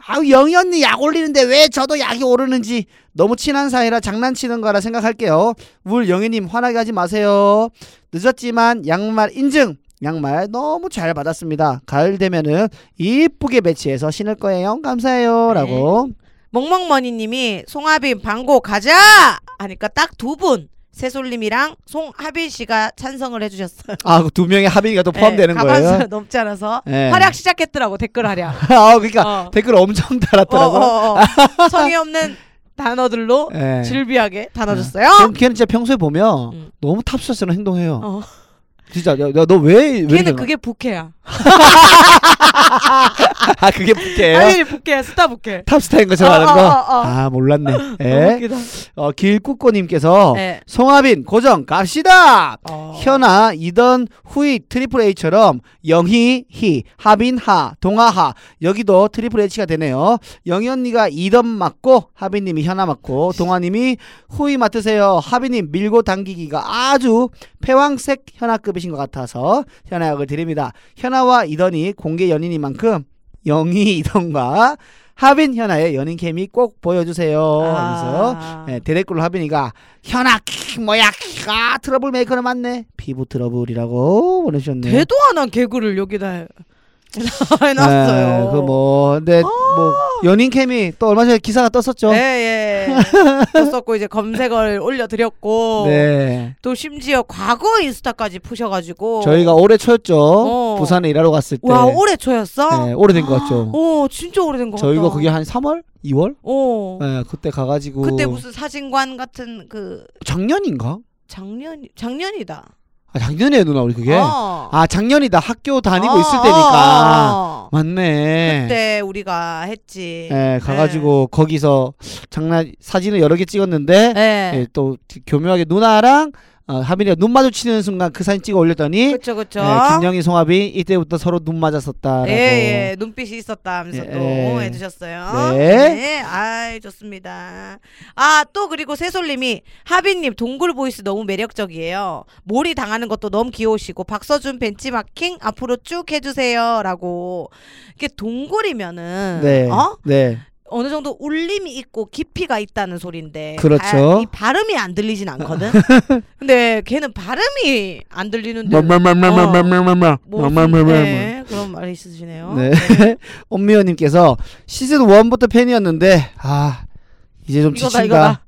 Speaker 2: 아, 영희 언니 약 올리는데 왜 저도 약이 오르는지 너무 친한 사이라 장난치는 거라 생각할게요. 울 영희님 화나게 하지 마세요. 늦었지만 양말 인증. 양말 너무 잘 받았습니다. 가을 되면은 이쁘게 매치해서 신을 거예요.
Speaker 1: 네.
Speaker 2: 감사해요라고.
Speaker 1: 멍멍머니님이 송하빈 방고 가자 하니까 딱 두 분. 새솔님이랑 송하빈 씨가 찬성을 해주셨어요.
Speaker 2: 아, 그 두 명의 합의가 또 포함되는
Speaker 1: 네,
Speaker 2: 거예요.
Speaker 1: 가반수가 넘지 않아서
Speaker 2: 예.
Speaker 1: 활약 시작했더라고 댓글 활약.
Speaker 2: *laughs* 아, 그러니까
Speaker 1: 어.
Speaker 2: 댓글 엄청 달았더라고. 요
Speaker 1: 어, 어,
Speaker 2: *laughs*
Speaker 1: 어. 성의 없는 단어들로
Speaker 2: 네.
Speaker 1: 질비하게 다 넣어줬어요.
Speaker 2: 걔는 진짜 평소에 보면
Speaker 1: 음.
Speaker 2: 너무 탑스러운 행동해요.
Speaker 1: 어.
Speaker 2: 진짜 너왜왜
Speaker 1: 걔는 그게 부캐야.
Speaker 2: 아 그게 부캐예요?
Speaker 1: 아니 부캐야 스타 부캐.
Speaker 2: 탑스타인 것처럼
Speaker 1: 어,
Speaker 2: 하는
Speaker 1: 어,
Speaker 2: 거?
Speaker 1: 어, 어.
Speaker 2: 아 몰랐네.
Speaker 1: *laughs* 너무
Speaker 2: 예.
Speaker 1: 웃기다.
Speaker 2: 어, 길꾸꾸님께서
Speaker 1: 네.
Speaker 2: 송하빈 고정 갑시다.
Speaker 1: 어.
Speaker 2: 현아 이던 후이 트리플 H처럼 영희 희 하빈 하 동아 하 여기도 트리플 H가 되네요. 영희 언니가 이던 맞고 하빈님이 현아 맞고 동아님이 후이 맡으세요. 하빈님 밀고 당기기가 아주 패왕색 현아급이신 것 같아서 현아 역을 드립니다. 현아와 이던이 공개 연인인 만큼 영희 이던과 하빈 현아의 연인 케미 꼭 보여주세요.
Speaker 1: 아.
Speaker 2: 하면서 예, 대댓글로 하빈이가 현아 캬, 뭐야 캬, 아 트러블 메이커는 맞네 피부 트러블이라고 보내주셨네요.
Speaker 1: 대도 안 한 개그를 여기다
Speaker 2: *laughs*
Speaker 1: 해- 해놨어요.
Speaker 2: 네, 예,
Speaker 1: 아.
Speaker 2: 그뭐 근데 뭐 연인 캠이 또 얼마 전에 기사가 떴었죠.
Speaker 1: 예, 예. 또 썼고 이제 검색어를 올려드렸고
Speaker 2: 네.
Speaker 1: 또 심지어 과거 인스타까지 푸셔가지고
Speaker 2: 저희가 올해 초였죠.
Speaker 1: 어.
Speaker 2: 부산에 일하러 갔을 때.
Speaker 1: 와 올해 아. 초였어?
Speaker 2: 네, 오래된 것 같죠.
Speaker 1: 오 진짜 오래된 것 같다.
Speaker 2: 저희가 그게 한 3월, 2월?
Speaker 1: 오.
Speaker 2: 네, 그때 가가지고
Speaker 1: 그때 무슨 사진관 같은 그
Speaker 2: 작년인가?
Speaker 1: 작년 작년이다.
Speaker 2: 아, 작년이에요 누나 우리 그게.
Speaker 1: 어.
Speaker 2: 아 작년이다. 학교 다니고
Speaker 1: 어,
Speaker 2: 있을
Speaker 1: 어, 어,
Speaker 2: 때니까.
Speaker 1: 어.
Speaker 2: 맞네.
Speaker 1: 그때 우리가 했지.
Speaker 2: 예, 가가지고 거기서 장난 사진을 여러 개 찍었는데
Speaker 1: 네.
Speaker 2: 예, 또 교묘하게 누나랑 어, 하빈이가 눈 마주치는 순간 그 사진 찍어 올렸더니
Speaker 1: 그쵸 그쵸.
Speaker 2: 예, 김영희 송하빈 이때부터 서로 눈 맞았었다라고.
Speaker 1: 예, 예, 눈빛이 있었다 하면서
Speaker 2: 예,
Speaker 1: 또
Speaker 2: 예.
Speaker 1: 해주셨어요.
Speaker 2: 네.
Speaker 1: 아이, 좋습니다. 아, 또 그리고 새솔님이 하빈님 동굴 보이스 너무 매력적이에요. 몰이 당하는 것도 너무 귀여우시고 박서준 벤치마킹 앞으로 쭉 해주세요. 라고. 이게 동굴이면은,
Speaker 2: 네.
Speaker 1: 어?
Speaker 2: 네.
Speaker 1: 어느 정도 울림이 있고 깊이가 있다는 소린데.
Speaker 2: 그렇죠.
Speaker 1: 아, 이 발음이 안 들리진
Speaker 2: *laughs*
Speaker 1: 않거든. 근데 걔는 발음이 안 들리는데. 뭐, 네, 그런 말이 있으시네요.
Speaker 2: 네. 엄미연 님께서 시즌 1부터 팬이었는데 아, 이제 좀
Speaker 1: 이거다,
Speaker 2: 지친다.
Speaker 1: 이거다.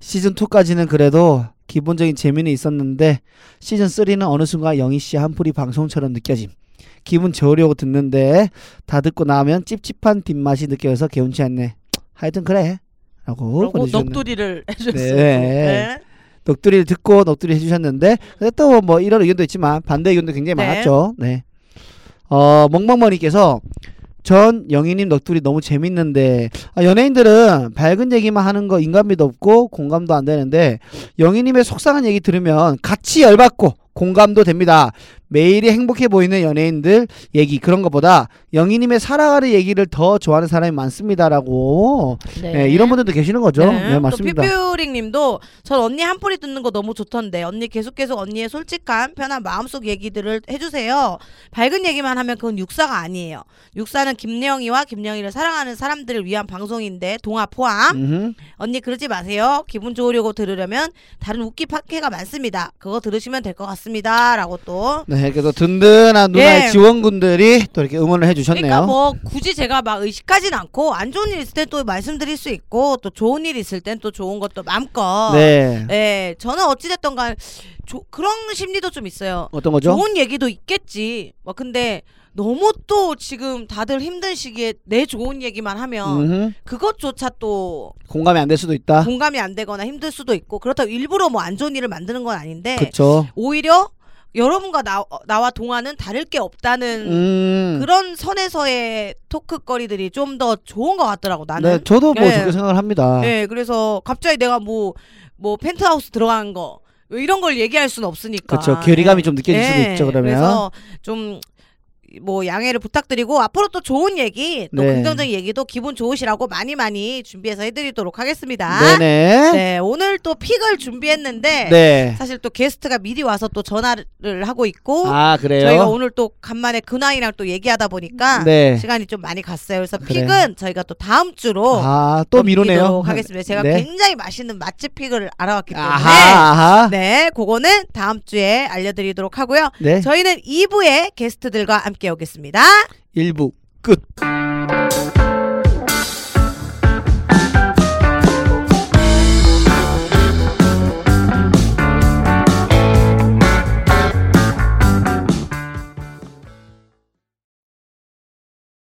Speaker 2: 시즌 2까지는 그래도 기본적인 재미는 있었는데 시즌 3는 어느 순간 영희 씨 한풀이 방송처럼 느껴짐. 기분 좋으려고 듣는데 다 듣고 나면 찝찝한 뒷맛이 느껴져서 개운치 않네. 하여튼 어? 그래. 라고
Speaker 1: 그리고
Speaker 2: 보내주셨네.
Speaker 1: 넋두리를 *laughs*
Speaker 2: 네.
Speaker 1: 해줬어요. 네.
Speaker 2: 넋두리를 듣고 넋두리 해주셨는데 근데 또 뭐 이런 의견도 있지만 반대 의견도 굉장히
Speaker 1: 네.
Speaker 2: 많았죠. 네. 어 멍멍머니께서 전 영희님 넋두리 너무 재밌는데 아, 연예인들은 밝은 얘기만 하는 거 인간미도 없고 공감도 안 되는데 영희님의 속상한 얘기 들으면 같이 열받고 공감도 됩니다. 매일이 행복해 보이는 연예인들 얘기 그런 것보다 영희님의 살아가는 얘기를 더 좋아하는 사람이 많습니다라고
Speaker 1: 네.
Speaker 2: 예, 이런 분들도 계시는 거죠. 네, 맞습니다.
Speaker 1: 또 퓨퓨링님도 전 언니 한 뿌리 듣는 거 너무 좋던데 언니 계속 계속 언니의 솔직한 편한 마음속 얘기들을 해주세요. 밝은 얘기만 하면 그건 육사가 아니에요. 육사는 김영희와 김영희를 사랑하는 사람들을 위한 방송인데 동화 포함.
Speaker 2: 음흠.
Speaker 1: 언니 그러지 마세요. 기분 좋으려고 들으려면 다른 웃기 팟캐가 많습니다. 그거 들으시면 될 것 같습니다라고 또.
Speaker 2: 네, 그래서 든든한 누나의
Speaker 1: 예.
Speaker 2: 지원군들이 또 이렇게 응원을 해주셨네요.
Speaker 1: 그러니까 뭐 굳이 제가 막 의식하진 않고 안 좋은 일 있을 땐 또 말씀드릴 수 있고 또 좋은 일 있을 땐 또 좋은 것도 마음껏
Speaker 2: 네,
Speaker 1: 예, 저는 어찌됐든 간 조- 그런 심리도 좀 있어요.
Speaker 2: 어떤 거죠?
Speaker 1: 좋은 얘기도 있겠지. 뭐 근데 너무 또 지금 다들 힘든 시기에 내 좋은 얘기만 하면
Speaker 2: 음흠. 아.
Speaker 1: 그것조차 또
Speaker 2: 공감이 안 될 수도 있다.
Speaker 1: 공감이 안 되거나 힘들 수도 있고 그렇다고 일부러 뭐 안 좋은 일을 만드는 건 아닌데
Speaker 2: 그렇죠.
Speaker 1: 오히려 여러분과 나, 나와 동화는 다를 게 없다는
Speaker 2: 음.
Speaker 1: 그런 선에서의 토크거리들이 좀 더 좋은 것 같더라고 나는.
Speaker 2: 네, 저도 뭐
Speaker 1: 예.
Speaker 2: 좋게 생각을 합니다.
Speaker 1: 네, 그래서 갑자기 내가 뭐, 뭐 펜트하우스 들어간 거, 뭐 이런 걸 얘기할 수는 없으니까.
Speaker 2: 그렇죠. 괴리감이 좀 느껴질
Speaker 1: 네,
Speaker 2: 수도 있죠, 그러면.
Speaker 1: 그래서 좀, 뭐 양해를 부탁드리고 앞으로 또 좋은 얘기 또
Speaker 2: 네.
Speaker 1: 긍정적인 얘기도 기분 좋으시라고 많이 많이 준비해서 해드리도록 하겠습니다.
Speaker 2: 네네.
Speaker 1: 네, 오늘 또 픽을 준비했는데
Speaker 2: 네.
Speaker 1: 사실 또 게스트가 미리 와서 또 전화를 하고 있고
Speaker 2: 아 그래요.
Speaker 1: 저희가 오늘 아, 또 간만에 근황이랑 또 얘기하다 보니까
Speaker 2: 네.
Speaker 1: 시간이 좀 많이 갔어요. 그래서
Speaker 2: 그래요.
Speaker 1: 픽은 저희가 또 다음 주로
Speaker 2: 아또 미루네요.
Speaker 1: 넘기도록 하겠습니다. 제가
Speaker 2: 네.
Speaker 1: 굉장히 맛있는 맛집 픽을 알아왔기 때문에
Speaker 2: 아하 아하.
Speaker 1: 네, 그거는 다음 주에 알려드리도록 하고요.
Speaker 2: 네.
Speaker 1: 저희는 2부에 게스트들과 함께 오겠습니다.
Speaker 2: 일부 끝.